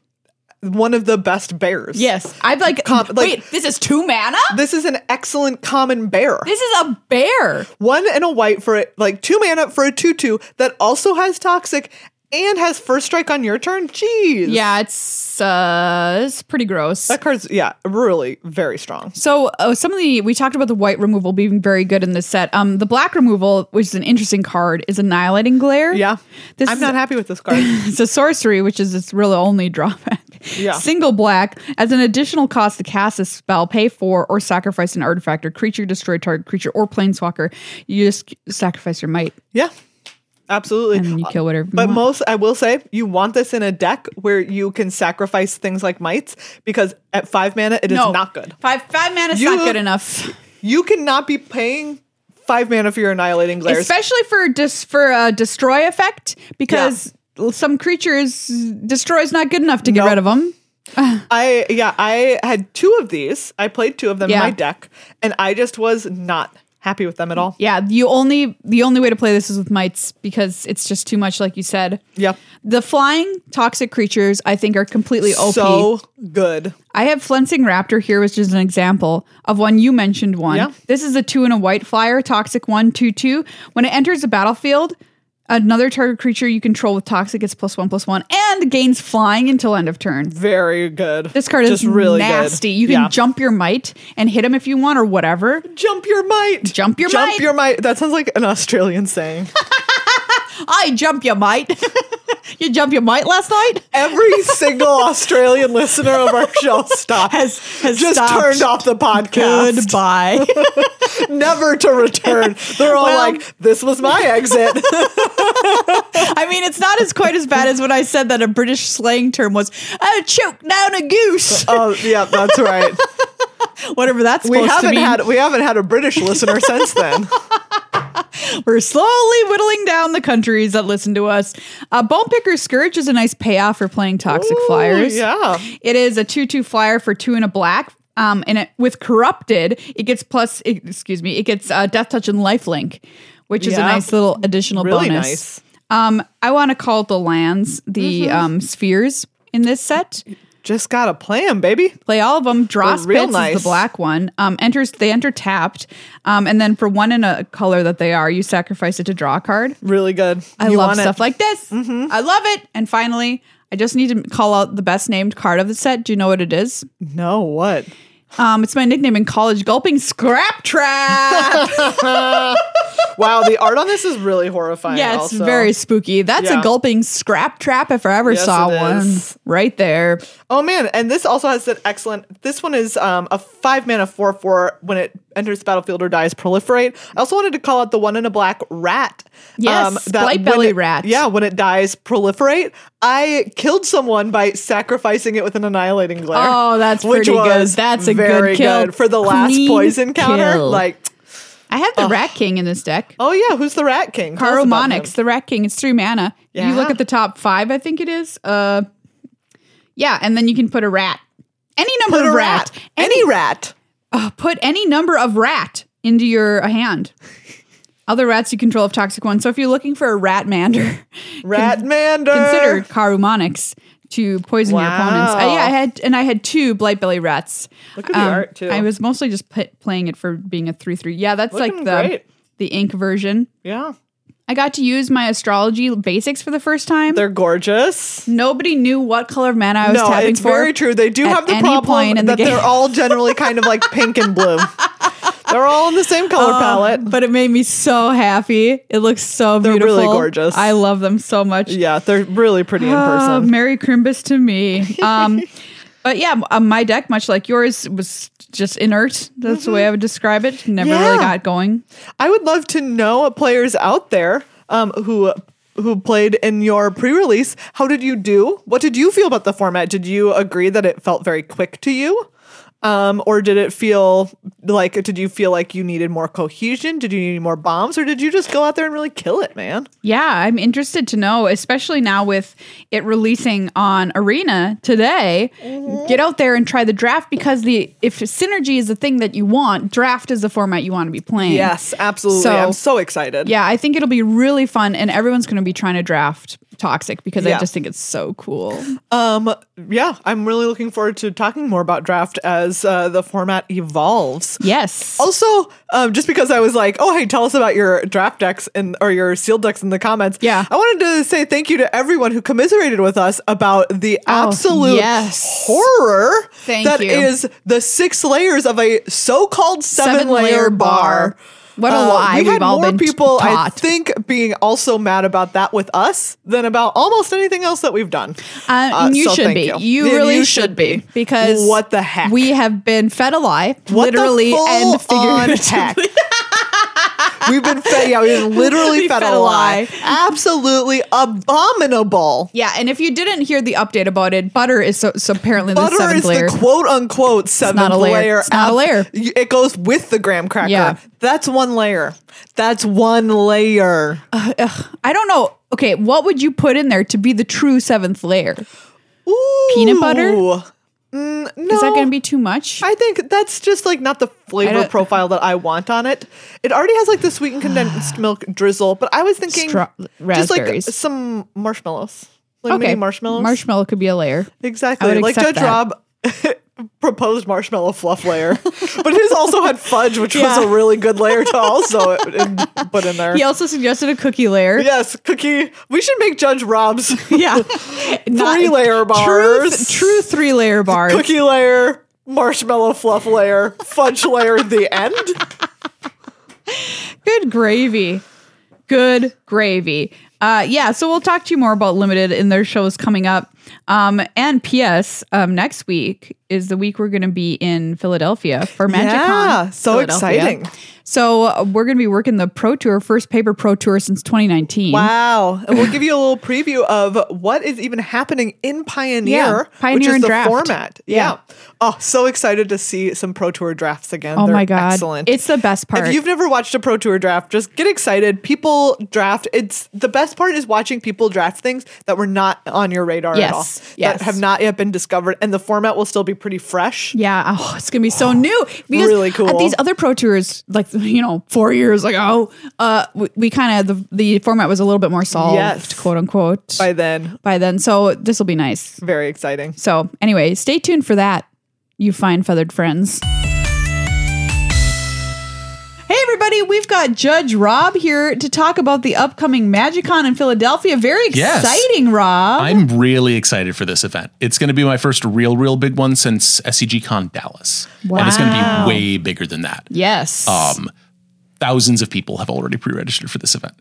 S2: one of the best bears.
S1: Yes, I've like,
S2: Comp- like-
S1: wait. This is two mana.
S2: This is an excellent common bear.
S1: This is a bear.
S2: one and a white for it, like two mana for a 2 2 that also has toxic and has first strike on your turn. Jeez.
S1: Yeah, it's uh, it's pretty gross.
S2: That card's, yeah, really very strong.
S1: So uh, some of the we talked about the white removal being very good in this set. Um, the black removal, which is an interesting card, is annihilating glare.
S2: Yeah.
S1: this
S2: I'm
S1: is
S2: not happy with this card.
S1: it's a sorcery, which is its really only drawback.
S2: Yeah.
S1: Single black as an additional cost to cast a spell, pay for or sacrifice an artifact or creature, destroy target creature or planeswalker. You just sacrifice your might
S2: yeah. Absolutely.
S1: and you kill whatever. you
S2: Uh, But
S1: want.
S2: most, I will say, you want this in a deck where you can sacrifice things like mites because at five mana, it is
S1: No.
S2: not good.
S1: Five five mana is
S2: You-
S1: not good enough,
S2: You cannot be paying five mana for your annihilating glares.
S1: especially for dis- for a destroy effect because some creatures destroy is not good enough to get
S2: Nope.
S1: rid of them.
S2: I yeah, I had two of these. I played two of them
S1: Yeah.
S2: in my deck, and I just was not happy with them at all.
S1: Yeah, you only the only way to play this is with mites because it's just too much, like you said.
S2: Yep.
S1: The flying toxic creatures, I think, are completely OP.
S2: So good.
S1: I have Flensing Raptor here, which is an example of one you mentioned one.
S2: Yeah.
S1: This is a two and a white flyer, toxic one, two, two. When it enters the battlefield, another target creature you control with toxic gets plus one, plus one, and gains flying until end of turn.
S2: Very good.
S1: This card
S2: Just
S1: is
S2: really good.
S1: nasty. You can
S2: Yeah.
S1: jump your might and hit him if you want or whatever.
S2: Jump your might.
S1: Jump your might.
S2: Jump your might. That sounds like an Australian saying.
S1: I jump your might. you jump your might last night?
S2: Every single Australian listener of our show stopped.
S1: has has
S2: just
S1: stopped.
S2: turned off the podcast.
S1: Goodbye.
S2: Never to return. They're all
S1: Well-
S2: like, this was my exit.
S1: I mean, it's not as quite as bad as when I said that a British slang term was "I choked down a goose,"
S2: oh, yeah, that's right.
S1: whatever that's
S2: We
S1: supposed to
S2: haven't
S1: mean.
S2: had we haven't had a British listener since then.
S1: We're slowly whittling down the countries that listen to us. Uh, Bone Picker Scourge is a nice payoff for playing Toxic
S2: Ooh,
S1: Flyers.
S2: yeah.
S1: It is a 2 2 flyer for two and a black. e, Um, and it, with Corrupted, it gets plus, excuse me, it gets uh, Death Touch and Lifelink, which is a
S2: Yeah.
S1: nice little additional
S2: Really
S1: bonus.
S2: nice. Mm-hmm.
S1: Um, I want to call the lands the um, spheres in this set.
S2: Just gotta play them, baby.
S1: Play all of them. Draw
S2: They're real
S1: spits is
S2: nice.
S1: the black one. Um, enters they enter tapped, um, and then for one in a color that they are, you sacrifice it to draw a card.
S2: Really good.
S1: I
S2: You Mm-hmm.
S1: love
S2: want it.
S1: stuff like this. I love it. And finally, I just need to call out the best named card of the set. Do you know what it is?
S2: No, what?
S1: Um, it's my nickname in college: gulping scrap trap.
S2: Wow, the art on this is really horrifying.
S1: yeah, it's
S2: also.
S1: very spooky. That's
S2: Yeah.
S1: a gulping scrap trap if I ever
S2: Yes,
S1: saw
S2: it
S1: one.
S2: is.
S1: Right there.
S2: Oh man, and this also has an excellent. This one is um, a five mana four four. When it enters the battlefield or dies, proliferate. I also wanted to call out the one in a black rat. um,
S1: Yes,
S2: when
S1: Blight-belly
S2: it-
S1: rat.
S2: Yeah, when it dies, proliferate. I killed someone by sacrificing it with an annihilating glare.
S1: Oh, that's
S2: which
S1: pretty good.
S2: was
S1: That's a good
S2: very
S1: kill.
S2: for the last
S1: Clean
S2: poison counter.
S1: kill.
S2: Like,
S1: I have the Rat King in this deck.
S2: oh yeah, who's the rat king? Tell us about him.
S1: Caromonix, the Rat King. It's three mana. You look
S2: Yeah.
S1: at the top five, I think it is. Uh, yeah, and then you can put a rat. Any number
S2: Put
S1: of
S2: a
S1: rat.
S2: rat. Any rat.
S1: Uh, put any number of rat into your uh, hand. Other rats you control have toxic ones. So if you're looking for a rat mander,
S2: Ratmander.
S1: consider Carumonix to poison your opponents. Uh,
S2: Wow.
S1: yeah, I had and I had two blight belly rats. Um,
S2: Look at the art, too.
S1: I was mostly just p- playing it for being a three three. Yeah, that's like
S2: Looking
S1: the
S2: great.
S1: the ink version.
S2: Yeah,
S1: I got to use my astrology basics for the first time.
S2: they're gorgeous.
S1: Nobody knew what color of mana I was tapping
S2: it's
S1: for.
S2: very true. They do
S1: at
S2: have the
S1: any
S2: problem
S1: point in the
S2: that
S1: game.
S2: they're all generally kind of like pink and blue. They're all in the same color
S1: Um,
S2: palette.
S1: But it made me so happy. It looks so
S2: really
S1: beautiful.
S2: gorgeous.
S1: I love them so much.
S2: Yeah, they're really pretty in
S1: Oh,
S2: person.
S1: Merry Crimbus to me. Um, but yeah, m- uh, my deck, much like yours, was just inert. That's the way I would describe it. Never really
S2: Mm-hmm. Yeah.
S1: got going.
S2: I would love to know players out there um, who who played in your pre-release. How did you do? What did you feel about the format? Did you agree that it felt very quick to you? Um, or did it feel like did you feel like you needed more cohesion? Did you need more bombs? Or did you just go out there and really kill it, man?
S1: Yeah, I'm interested to know, especially now with it releasing on Arena today.
S2: Mm-hmm.
S1: Get out there and try the draft because the if synergy is the thing that you want, draft is the format you want to be playing.
S2: Yes, absolutely.
S1: So-
S2: I'm so excited.
S1: Yeah, I think it'll be really fun, and everyone's going to be trying to draft Toxic because I
S2: Yeah.
S1: just think it's so cool.
S2: Um, yeah, I'm really looking forward to talking more about draft as uh, the format evolves.
S1: Yes.
S2: Also, um, just because I was like, "Oh, hey, tell us about your draft decks and or your sealed decks in the comments."
S1: Yeah.
S2: I wanted to say thank you to everyone who commiserated with us about the absolute
S1: Oh, yes.
S2: horror
S1: Thank
S2: that
S1: you.
S2: is the six layers of a so-called seven-layer
S1: Seven-layer
S2: bar. Uh,
S1: bar. What a lie
S2: We
S1: we've
S2: had
S1: all
S2: more
S1: been
S2: people, I
S1: taught.
S2: think, being also mad about that with us than about almost anything else that we've done.
S1: Uh,
S2: Uh,
S1: and you
S2: so
S1: should
S2: thank
S1: be. You,
S2: And
S1: really should be because
S2: what the heck?
S1: We have been fed a lie,
S2: What the
S1: literally and
S2: full-on heck?
S1: figuratively.
S2: we've been fed. Yeah, we've been literally
S1: We
S2: fed, a lie. Absolutely abominable.
S1: Yeah, and if you didn't hear the update about it, butter is so, so apparently the
S2: Butter
S1: seventh
S2: is
S1: layer.
S2: the quote unquote seventh
S1: not a layer. It's not a
S2: ab-
S1: layer.
S2: y- It goes with the graham cracker.
S1: Yeah.
S2: That's one layer. That's one layer.
S1: Uh, I don't know. Okay, what would you put in there to be the true seventh layer? Is
S2: Ooh.
S1: peanut butter?
S2: Mm,
S1: that
S2: no.
S1: going to be too much?
S2: I think that's just like not the flavor
S1: don't-
S2: profile that I want on it. It already has like the sweet and condensed milk drizzle, but I was thinking
S1: Stra-
S2: just like
S1: raspberries.
S2: some marshmallows, like mini marshmallows.
S1: Marshmallow could be a layer. I
S2: exactly,
S1: would
S2: like
S1: accept
S2: Judge
S1: that.
S2: Rob proposed marshmallow fluff layer, but his also had fudge, which
S1: Yeah.
S2: was a really good layer to also in- put in there.
S1: He also suggested a cookie layer.
S2: Yes, cookie. We should make Judge Rob's
S1: Yeah. Not-
S2: Three-layer
S1: True, th-
S2: bars.
S1: true three layer bars.
S2: cookie layer, marshmallow fluff layer, fudge layer. The end.
S1: Good gravy. Good gravy. Uh, yeah, so we'll talk to you more about Limited in their shows coming up. Um, and P.S. Um, next week is the week we're going to be in Philadelphia for MagicCon.
S2: Yeah, so
S1: Philadelphia.
S2: exciting.
S1: So uh, we're going to be working the Pro Tour, first paper Pro Tour since 2019.
S2: Wow. And we'll give you a little preview of what is even happening in Pioneer,
S1: Yeah,
S2: which
S1: Pioneer
S2: is
S1: and
S2: the
S1: Draft.
S2: format.
S1: Yeah.
S2: Yeah. Oh, so excited to see some Pro Tour drafts again.
S1: Oh
S2: They're
S1: my God.
S2: Excellent.
S1: It's the best part.
S2: If you've never watched a Pro Tour draft, just get excited. People draft. It's the best part is watching people draft things that were not on your radar
S1: Yes,
S2: at all.
S1: yes.
S2: That have not yet been discovered. And the format will still be pretty fresh.
S1: Yeah, oh, it's gonna be so new. Because
S2: Really cool.
S1: At these other pro tours, like you know four years ago, uh, we, we kind of the the format was a little bit more solved,
S2: Yes.
S1: quote unquote, by,
S2: by then.
S1: then. So this will be nice.
S2: Very exciting.
S1: So anyway, stay tuned for that. You fine feathered friends. Hey everybody, we've got Judge Rob here to talk about the upcoming MagicCon in Philadelphia. Very
S3: Yes.
S1: exciting, Rob.
S3: I'm really excited for this event. It's going to be my first real, real big one since SCGCon Dallas. And it's going to
S1: Wow.
S3: be way bigger than that.
S1: yes.
S3: Um, thousands of people have already pre-registered for this event.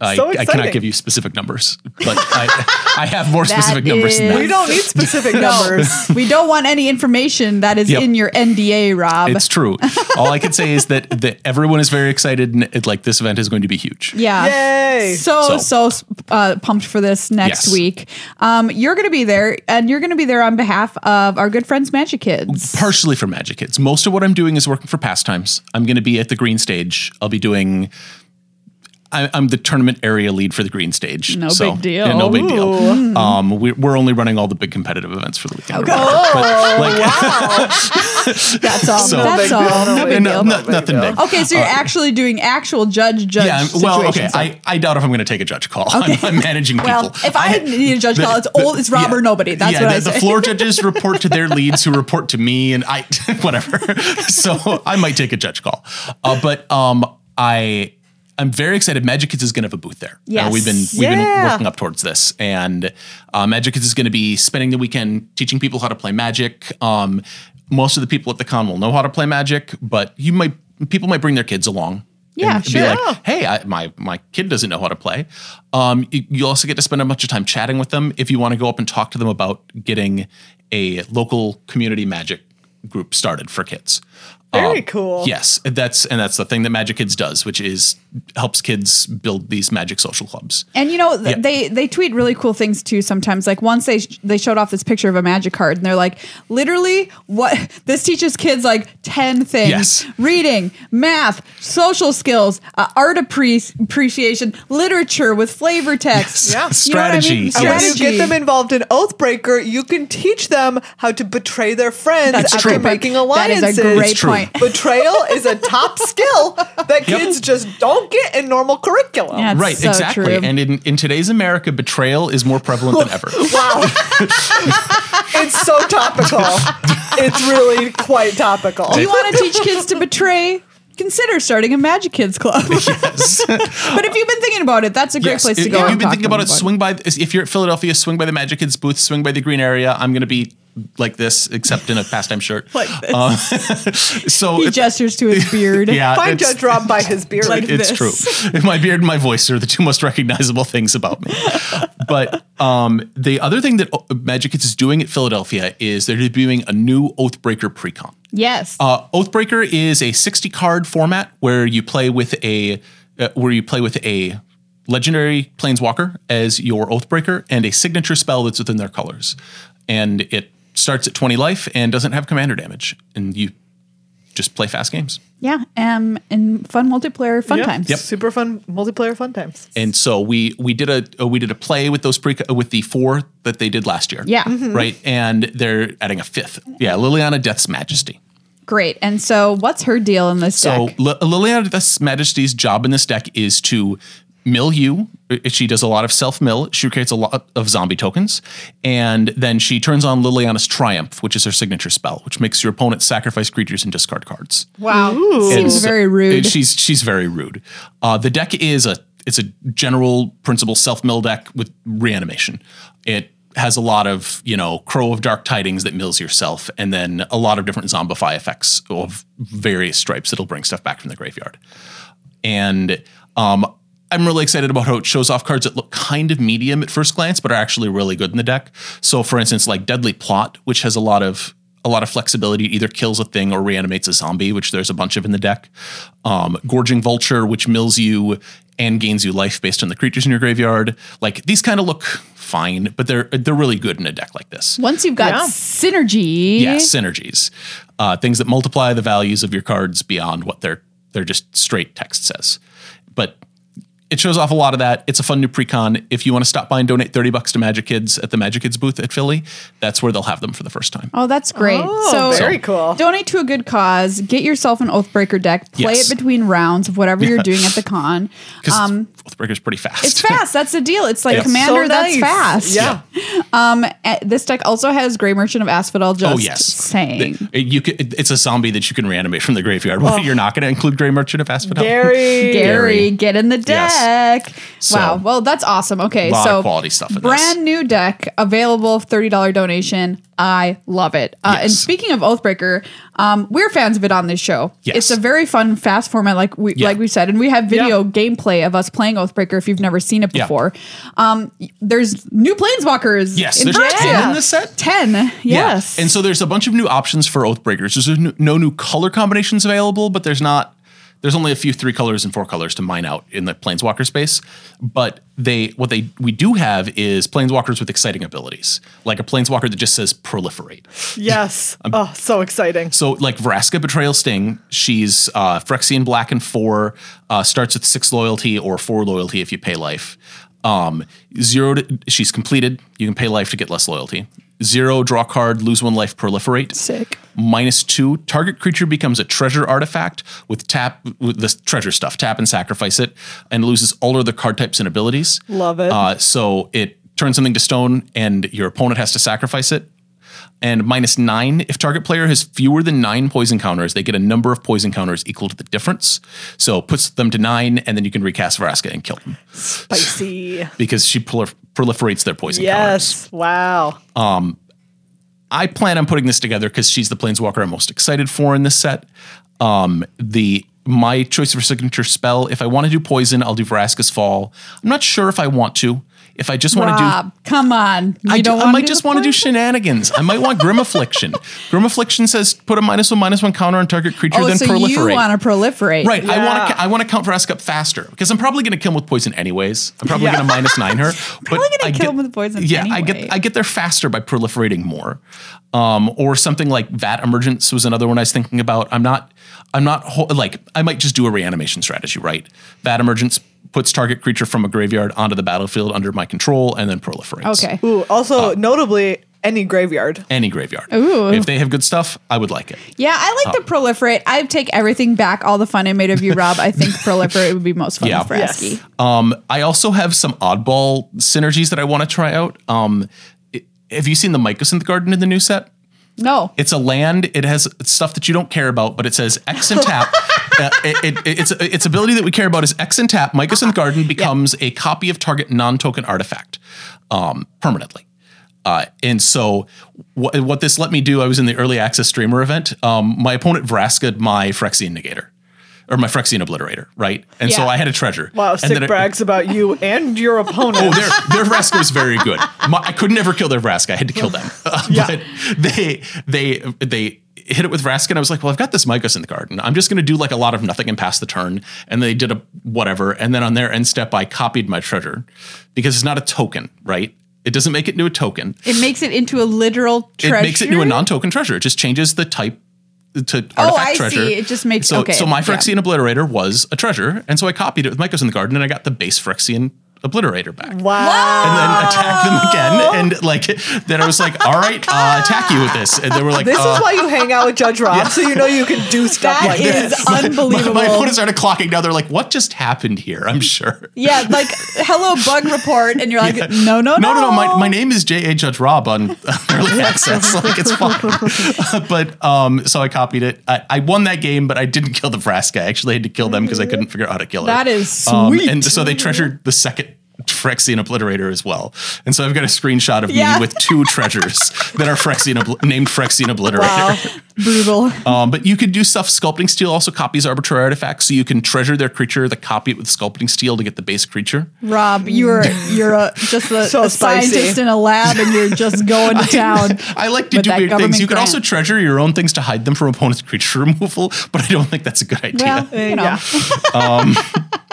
S3: I,
S2: So
S3: I
S2: exciting.
S3: cannot give you specific numbers, but I, I have more
S1: That
S3: specific numbers than
S1: is-
S3: that.
S2: We don't need specific
S1: No.
S2: numbers.
S1: we don't want any information that is
S3: Yep.
S1: in your NDA, Rob.
S3: It's true. All I can say is that that everyone is very excited and it, like this event is going to be huge.
S1: yeah.
S2: Yay.
S1: So, so,
S3: So-
S1: uh, pumped for this next
S3: Yes.
S1: week. Um, you're going to be there, and you're going to be there on behalf of our good friends, Magic Kids.
S3: Partially for Magic Kids. Most of what I'm doing is working for Pastimes. I'm going to be at the Green Stage. I'll be doing. I, I'm the tournament area lead for the Green Stage.
S1: No big deal.
S3: yeah, no big deal. Um, we, we're only running all the big competitive events for the weekend. or
S1: Okay.
S3: whatever. But, like,
S1: That's all.
S3: So-
S1: That's
S2: No big
S1: all.
S2: deal,
S1: No
S2: no
S1: big
S3: and no-
S1: deal.
S3: no- nothing big.
S1: Okay, so you're actually doing actual judge judge.
S3: Yeah, I'm- well, okay.
S1: situations.
S3: I, I doubt if I'm going to take a judge call. I'm, I'm managing people.
S1: well, if I, need a judge call, it's old, it's Rob
S3: Yeah.
S1: or nobody. That's
S3: Yeah,
S1: what
S3: the,
S1: I
S3: the
S1: say.
S3: floor judges report to their leads, who report to me, and I whatever. so I might take a judge call, uh, but um, I I'm very excited. Magic Kids is going to have a booth there. Uh,
S1: Yes.
S3: we've been we've
S2: Yeah.
S3: been working up towards this, and uh, Magic Kids is going to be spending the weekend teaching people how to play Magic. Um, most of the people at the con will know how to play Magic, but you might people might bring their kids along.
S1: Yeah,
S3: and be
S1: sure. Oh.
S3: like, hey, I, my my kid doesn't know how to play. Um, you, you also get to spend a bunch of time chatting with them if you want to go up and talk to them about getting a local community magic group started for kids.
S1: Oh,
S2: Very cool.
S3: Yes, that's and that's the thing that Magic Kids does, which is helps kids build these magic social clubs.
S1: And you know th-
S3: Yeah.
S1: they they tweet really cool things too. Sometimes, like once they sh- they showed off this picture of a magic card, and they're like, literally, what this teaches kids like ten things:
S3: Yes.
S1: reading, math, social skills, uh, art appre- appreciation, literature with flavor text,
S2: Yeah.
S1: You know what I mean?
S3: Strategy, yes.
S2: And when you
S1: strategy.
S2: get them involved in Oathbreaker, you can teach them how to betray their friends after
S1: true.
S2: making
S1: That is
S2: alliances.
S1: a great
S3: It's true.
S1: point.
S2: Betrayal is a top skill that kids just don't get in normal curriculum.
S1: Yeah, it's
S3: right,
S1: so
S3: exactly.
S1: true.
S3: And in, in today's America, betrayal is more prevalent than ever.
S2: Wow. it's so topical. It's really quite topical.
S1: Do you want to teach kids to betray? Consider starting a Magic Kids Club. but if you've been thinking about it, that's a great place to
S3: if,
S1: go.
S3: If
S1: and
S3: you've been
S1: talk
S3: thinking
S1: to
S3: about
S1: them
S3: it, swing by. If you're at Philadelphia, swing by the Magic Kids booth, swing by the green area. I'm going to be like this, except in a pastime shirt.
S1: Like this.
S3: Um, so
S1: He
S3: it-
S1: gestures to his beard.
S3: Uh, yeah,
S2: Find
S3: it's,
S2: Judge Rob by his beard.
S1: Like-
S3: it's
S1: this.
S3: true. My beard and my voice are the two most recognizable things about me. But um, the other thing that O- Magic Kids is doing at Philadelphia is they're debuting a new Oathbreaker precon.
S1: Yes.
S3: Uh, Oathbreaker is a 60 card format where you play with a uh, where you play with a legendary planeswalker as your Oathbreaker and a signature spell that's within their colors. And it starts at 20 life and doesn't have commander damage and you just play fast games.
S1: Yeah, um, and fun multiplayer fun times.
S2: Super fun multiplayer fun times.
S3: And so we we did a uh, we did a play with those pre with the four that they did last year.
S1: Yeah. Mhm.
S3: Right? And they're adding a fifth. Yeah, Liliana Death's Majesty.
S1: Great. And so, what's her deal in this
S3: So
S1: deck?
S3: L- Liliana Death's Majesty's job in this deck is to mill you. Uh, She does a lot of self mill. She creates a lot of zombie tokens, and then she turns on Liliana's Triumph, which is her signature spell, which makes your opponent sacrifice creatures and discard cards.
S1: Wow,
S3: And
S1: seems
S3: so-
S1: very rude.
S3: and She's she's very rude. Uh, the deck is a it's a general principle self mill deck with reanimation. It has a lot of you know crow of dark tidings that mills yourself, and then a lot of different zombify effects of various stripes that'll bring stuff back from the graveyard. And um, I'm really excited about how it shows off cards that look kind of medium at first glance, but are actually really good in the deck. So, for instance, like Deadly Plot, which has a lot of a lot of flexibility, it either kills a thing or reanimates a zombie, which there's a bunch of in the deck. Um, Gorging Vulture, which mills you and gains you life based on the creatures in your graveyard. Like these kind of look fine, but they're they're really good in a deck like this.
S1: Once you've got
S2: Yeah.
S1: synergy,
S3: Yeah, synergies, uh, things that multiply the values of your cards beyond what they're they're just straight text says. But it shows off a lot of that. It's a fun new precon. If you want to stop by and donate 30 bucks to Magic Kids at the Magic Kids booth at Philly, that's where they'll have them for the first time.
S1: Oh, that's great.
S2: Oh,
S1: so
S2: very cool.
S1: Donate to a good cause. Get yourself an Oathbreaker deck. Play
S3: Yes.
S1: it between rounds of whatever you're doing at the con. Um,
S3: Because Oathbreaker's pretty fast.
S1: It's fast. That's the deal. It's like
S3: It's
S1: Commander.
S2: So
S1: That's
S2: nice.
S1: fast.
S2: Yeah.
S1: Um, eh, this deck also has Grey Merchant of Asphodel. Just
S3: Oh yes,
S1: saying.
S3: The- you can, it- it's a zombie that you can reanimate from the graveyard. Well, You're not going to include Grey Merchant of Asphodel.
S1: Gary,
S2: Gary.
S3: Gary.
S1: get in the
S3: Yes.
S1: deck.
S3: So-
S1: wow. Well, that's awesome. Okay.
S3: Lot of
S1: so
S3: quality stuff in this.
S1: brand new deck available, $30 donation. I love it. Uh, And
S3: Yes.
S1: speaking of Oathbreaker, um, we're fans of it on this show.
S3: Yes.
S1: It's a very fun, fast format, like we
S3: Yeah.
S1: like we said, and we have video
S2: Yeah.
S1: gameplay of us playing Oathbreaker. If you've never seen it
S3: Yeah.
S1: before, um, y- there's new planeswalkers.
S3: Yes,
S1: in
S3: there's
S1: Phyrexia.
S3: 10 in this set?
S1: Ten.
S3: Yeah.
S1: Yeah.
S2: Yes.
S3: And so there's a bunch of new options for Oathbreakers. There's n- no new color combinations available, but there's not. There's only a few three colors and four colors to mine out in the Planeswalker space. But they what they we do have is Planeswalkers with exciting abilities, like a Planeswalker that just says proliferate.
S2: Yes.
S1: Um,
S2: oh, so exciting.
S3: So like Vraska Betrayal Sting, she's uh, Phyrexian Black and four, uh, starts with six loyalty or four loyalty if you pay life. Um, zero, to, she's completed. You can pay life to get less loyalty. Zero, draw card, lose one life, proliferate.
S1: Sick.
S3: Minus two, target creature becomes a treasure artifact with tap with the treasure stuff. Tap and sacrifice it, and loses all other card types and abilities.
S2: Love it.
S3: Uh, so it turns something to stone, and your opponent has to sacrifice it and minus nine. If target player has fewer than nine poison counters, they get a number of poison counters equal to the difference. So puts them to nine, and then you can recast Vraska and kill them
S2: Spicy.
S3: because she prolif- proliferates their poison counters.
S2: Yes. Wow.
S3: I plan on putting this together because she's the planeswalker I'm most excited for in this set. Um, the my choice for signature spell. If I want to do poison, I'll do Vraska's Fall. I'm not sure if I want to. If I just want to do
S1: Rob, come on. You
S3: I, do-
S1: don't
S3: I
S1: wanna
S3: might
S1: do
S3: just
S1: the
S3: want to do
S1: poison?
S3: shenanigans. I might want Grim Affliction. Grim Affliction says put a minus one minus one counter on target creature,
S1: Oh,
S3: then
S1: so
S3: proliferate.
S1: you want to proliferate?
S3: right. I want
S2: Yeah.
S3: to. I want to count Vraska up faster because I'm probably going to kill with poison anyways. I'm probably
S2: Yeah.
S3: going to minus nine her. But
S1: Probably gonna
S3: I
S1: kill
S3: get-
S1: with poison
S3: Yeah, I
S1: anyway.
S3: get. I get there faster by proliferating more, um, or something like Vat Emergence was another one I was thinking about. I'm not. I'm not ho- like I might just do a reanimation strategy. Right. Vat Emergence puts target creature from a graveyard onto the battlefield under my control and then proliferates
S1: Okay.
S2: Ooh,
S1: Uh,
S2: also, notably, any graveyard.
S3: any graveyard.
S1: Ooh.
S3: If they have good stuff, I would like it.
S1: Yeah, I
S3: Uh,
S1: like to proliferate. I take everything back, all the fun I made of you, Rob. I think proliferate would be most fun
S3: Yeah.
S1: for
S2: Yes.
S1: Asky.
S3: Um, I also have some oddball synergies that I want to try out. Um, i- have you seen the Mycosynth Garden in the new set?
S1: No.
S3: It's a land. It has stuff that you don't care about, but it says X and tap. Uh, it, it, it's its ability that we care about is X and tap.
S2: Uh-huh.
S3: Mycosynth Garden becomes a copy of target non-token artifact um, permanently. Uh, and so, wh- what this let me do, I was in the early access streamer event. Um, my opponent Vraska'd my Phyrexian Negator, or my Phyrexian Obliterator, right? And so
S1: Yeah.
S3: I had a treasure.
S2: Wow,
S3: And
S2: sick
S3: then it-
S2: brags about you and your
S3: Oh,
S2: opponent.
S3: their their Vraska was very good. My, I could never kill their Vraska. I had to kill them. Uh,
S2: Yeah.
S3: But they they they hit it with Vraska, and I was like, well, I've got this Mycos in the garden. I'm just going to do like a lot of nothing and pass the turn. And they did a whatever, and then on their end step, I copied my treasure because it's not a token, right? It doesn't make it into a token.
S1: It makes it into a literal treasure. Oh,
S3: It makes it into a non-token treasure. It just changes the type to artifact
S1: I see.
S3: treasure.
S1: It just makes-
S3: so.
S1: okay,
S3: So my
S1: yeah.
S3: Phyrexian obliterator was a treasure, and so I copied it with Mycos in the garden, and I got the base Phyrexian obliterator back
S1: Uh,
S2: wow.
S3: and then attack them again. And like then I was like, all right, uh, attack you with this. And they were like,
S2: This
S3: uh,
S2: is why you hang out with Judge Rob, so you know you can do stuff
S1: That
S2: like
S1: is
S2: this.
S1: unbelievable.
S3: my opponent started clocking down. They're like, what just happened here? I'm sure.
S1: yeah, like hello bug report, and you're like, no, no, no,
S3: No, no, no. My, my name is J.A. Judge Rob on early access. Like, it's fine. but um, so I copied it. I, I won that game, but I didn't kill the Vraska. I actually had to kill them because I couldn't figure out how to kill her. Um,
S1: That is sweet.
S3: and so they treasured the second Phyrexian obliterator as well. And so I've got a screenshot of
S1: Yeah.
S3: me with two treasures that are Phyrexian obli- named Phyrexian obliterator.
S2: Wow.
S1: brutal.
S3: Um, but you could do stuff. Sculpting Steel also copies arbitrary artifacts, so you can treasure their creature, then copy it with Sculpting Steel to get the base creature.
S1: Rob, you're you're a, just a,
S2: So
S1: a
S2: spicy.
S1: scientist in a lab, and you're just going to town.
S3: I like to
S1: With
S3: do
S1: that
S3: weird
S1: government
S3: things. You can
S1: grant.
S3: also treasure your own things to hide them from opponent's creature removal, but I don't think that's a good idea.
S1: Well, you know,
S2: Yeah.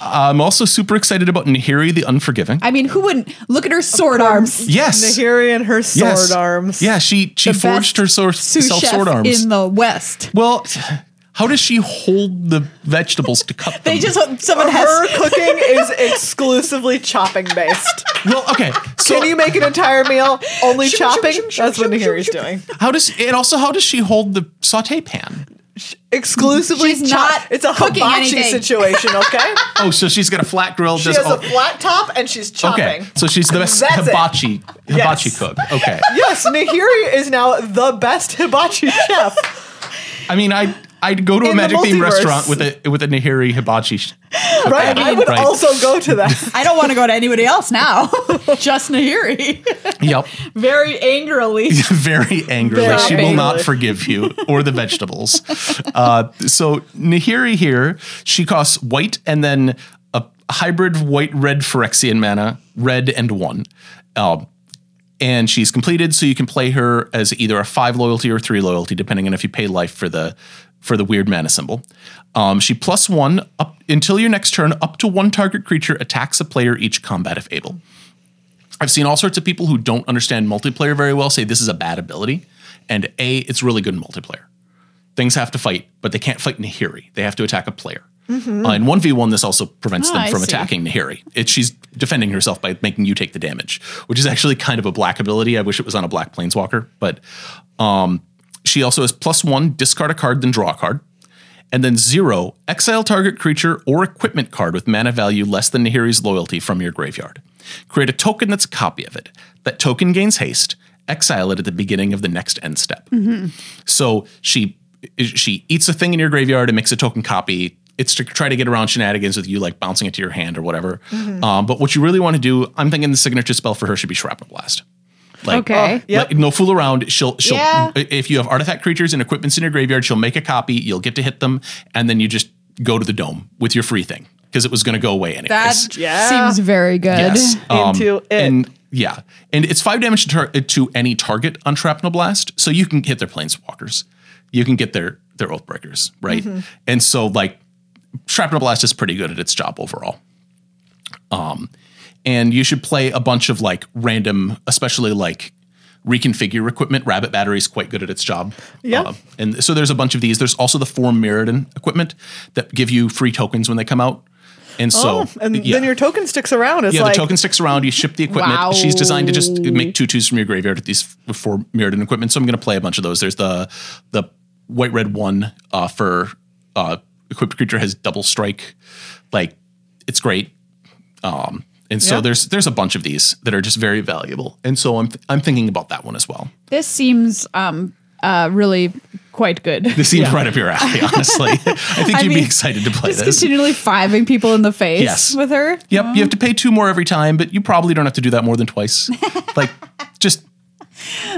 S3: I'm also super excited about Nahiri the Unforgiving.
S1: I mean, who wouldn't look at her sword arms?
S3: yes.
S2: Nahiri and her sword
S3: yes.
S2: arms.
S3: Yeah, she she
S1: The best
S3: forged her sor-
S1: sous
S3: self
S1: chef
S3: sword arms.
S1: in the West.
S3: well, How does she hold the vegetables to cut them?
S1: They just someone
S2: Her
S1: has
S2: cooking is exclusively chopping based.
S3: well, okay. So
S2: Can you make an entire meal only
S1: Shoo, shoo,
S2: chopping?
S1: shoo, shoo,
S2: That's what
S1: shoo, shoo,
S2: Nahiri's
S1: shoo.
S2: doing.
S3: how does and also how does she hold the saute pan?
S2: Exclusively
S1: She's
S2: chop-
S1: not
S2: It's a
S1: cooking
S2: hibachi
S1: anything.
S2: situation, okay?
S3: Oh, so she's got a flat grill.
S2: she
S3: just,
S2: has
S3: oh,
S2: a flat top and she's chopping.
S3: okay. So she's the best
S2: That's it.
S3: hibachi hibachi
S2: Yes.
S3: cook. Okay.
S2: Yes, Nahiri is now the best hibachi chef.
S3: I mean, I I'd go to a
S2: In the
S3: magic theme
S2: multiverse.
S3: restaurant with a with a nihiri hibachi. sh-
S2: Right? I would
S3: Right.
S2: also go to that.
S1: I don't want to go to anybody else now. Just Nahiri.
S3: Yep.
S1: Very angrily.
S3: very angrily.
S2: Very
S3: she will not
S2: angrily.
S3: forgive you or the vegetables. uh, so Nahiri here, she costs white and then a hybrid white red Phyrexian mana, red and one. Um, and she's completed, so you can play her as either a five loyalty or three loyalty, depending on if you pay life for the for the weird mana symbol. Um, she plus one up until your next turn. Up to one target creature attacks a player each combat if able. I've seen all sorts of people who don't understand multiplayer very well say this is a bad ability, and A, it's really good in multiplayer. Things have to fight, but they can't fight Nahiri. They have to attack a player. Uh, in 1v1, this also prevents
S1: Oh,
S3: them
S1: Mm-hmm. I
S3: from
S1: see.
S3: attacking Nahiri. It, she's defending herself by making you take the damage, which is actually kind of a black ability. I wish it was on a black planeswalker, but um, she also has plus one, discard a card, then draw a card. And then zero, exile target creature or equipment card with mana value less than Nahiri's loyalty from your graveyard. Create a token that's a copy of it. That token gains haste. Exile it at the beginning of the next end step. So she she eats a thing in your graveyard and makes a token copy. It's to try to get around shenanigans with you, like bouncing it to your hand or whatever. Um, but what you really want to do, I'm thinking the signature spell for her should be Shrapnel Blast. Like,
S1: Okay.
S2: Yep.
S3: like, no fool around. She'll she'll
S1: Yeah.
S3: if you have artifact creatures and equipments in your graveyard, she'll make a copy. You'll get to hit them, and then you just go to the dome with your free thing because it was going to go away anyways.
S1: That
S2: Yeah.
S1: seems very good.
S3: yes,
S2: Into it.
S3: Um, and yeah, and it's five damage to, tar- to any target on Shrapnel Blast, so you can hit their planeswalkers, you can get their their Oathbreakers, right?
S2: Mm-hmm.
S3: And so like Shrapnel Blast is pretty good at its job overall Um, and you should play a bunch of like random, especially like reconfigure equipment. Rabbit battery is quite good at its job. Uh,
S2: Yeah.
S3: and so there's a bunch of these. There's also the Form Mirrodin equipment that give you free tokens when they come out. And so,
S2: Oh, And
S3: oh, yeah.
S2: then your token sticks around. It's
S3: yeah,
S2: like
S3: the token sticks around. You ship the equipment.
S1: Wow.
S3: She's designed to just make two twos from your graveyard with these f- four Mirrodin equipment. So I'm going to play a bunch of those. There's the the white red one uh, for uh, equipped creature has double strike. Like it's great. Um, and so
S2: Yeah.
S3: there's there's a bunch of these that are just very valuable. And so I'm th- I'm thinking about that one as well.
S1: This seems um uh really quite good.
S3: This seems right up your alley, honestly. I think
S1: I
S3: you'd
S1: mean,
S3: be excited to play
S1: Just
S3: this.
S1: continually fiving people in the face
S3: Yes.
S1: with her.
S3: Yep, you have to pay two more every time, but you probably don't have to do that more than twice. like, just.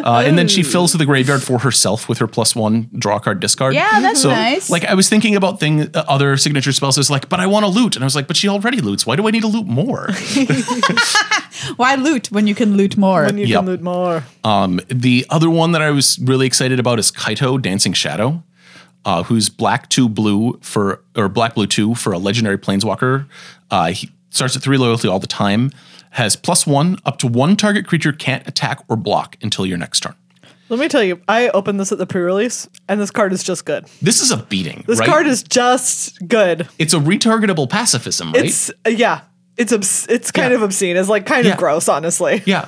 S3: Uh, and then she fills the graveyard for herself with her plus one draw card discard.
S1: Yeah, that's nice.
S3: Like I was thinking about thing uh, other signature spells. I was like, but I want to loot, and I was like, but she already loots. Why do I need to loot more?
S1: Why loot when you can loot more?
S2: when you
S3: Yep.
S2: can loot more.
S3: Um, the other one that I was really excited about is Kaito Dancing Shadow, uh, who's black two blue for or black blue two for a legendary planeswalker. Uh, he starts at three loyalty all the time, has plus one up to one target creature can't attack or block until your next turn.
S2: Let me tell you, I opened this at the pre-release, and this card is just good.
S3: This is a beating.
S2: This card is just good.
S3: it's a retargetable pacifism, right?
S2: It's uh, yeah. It's obs- it's kind
S3: Yeah.
S2: of obscene. It's like kind
S3: Yeah.
S2: of gross, honestly.
S3: Yeah.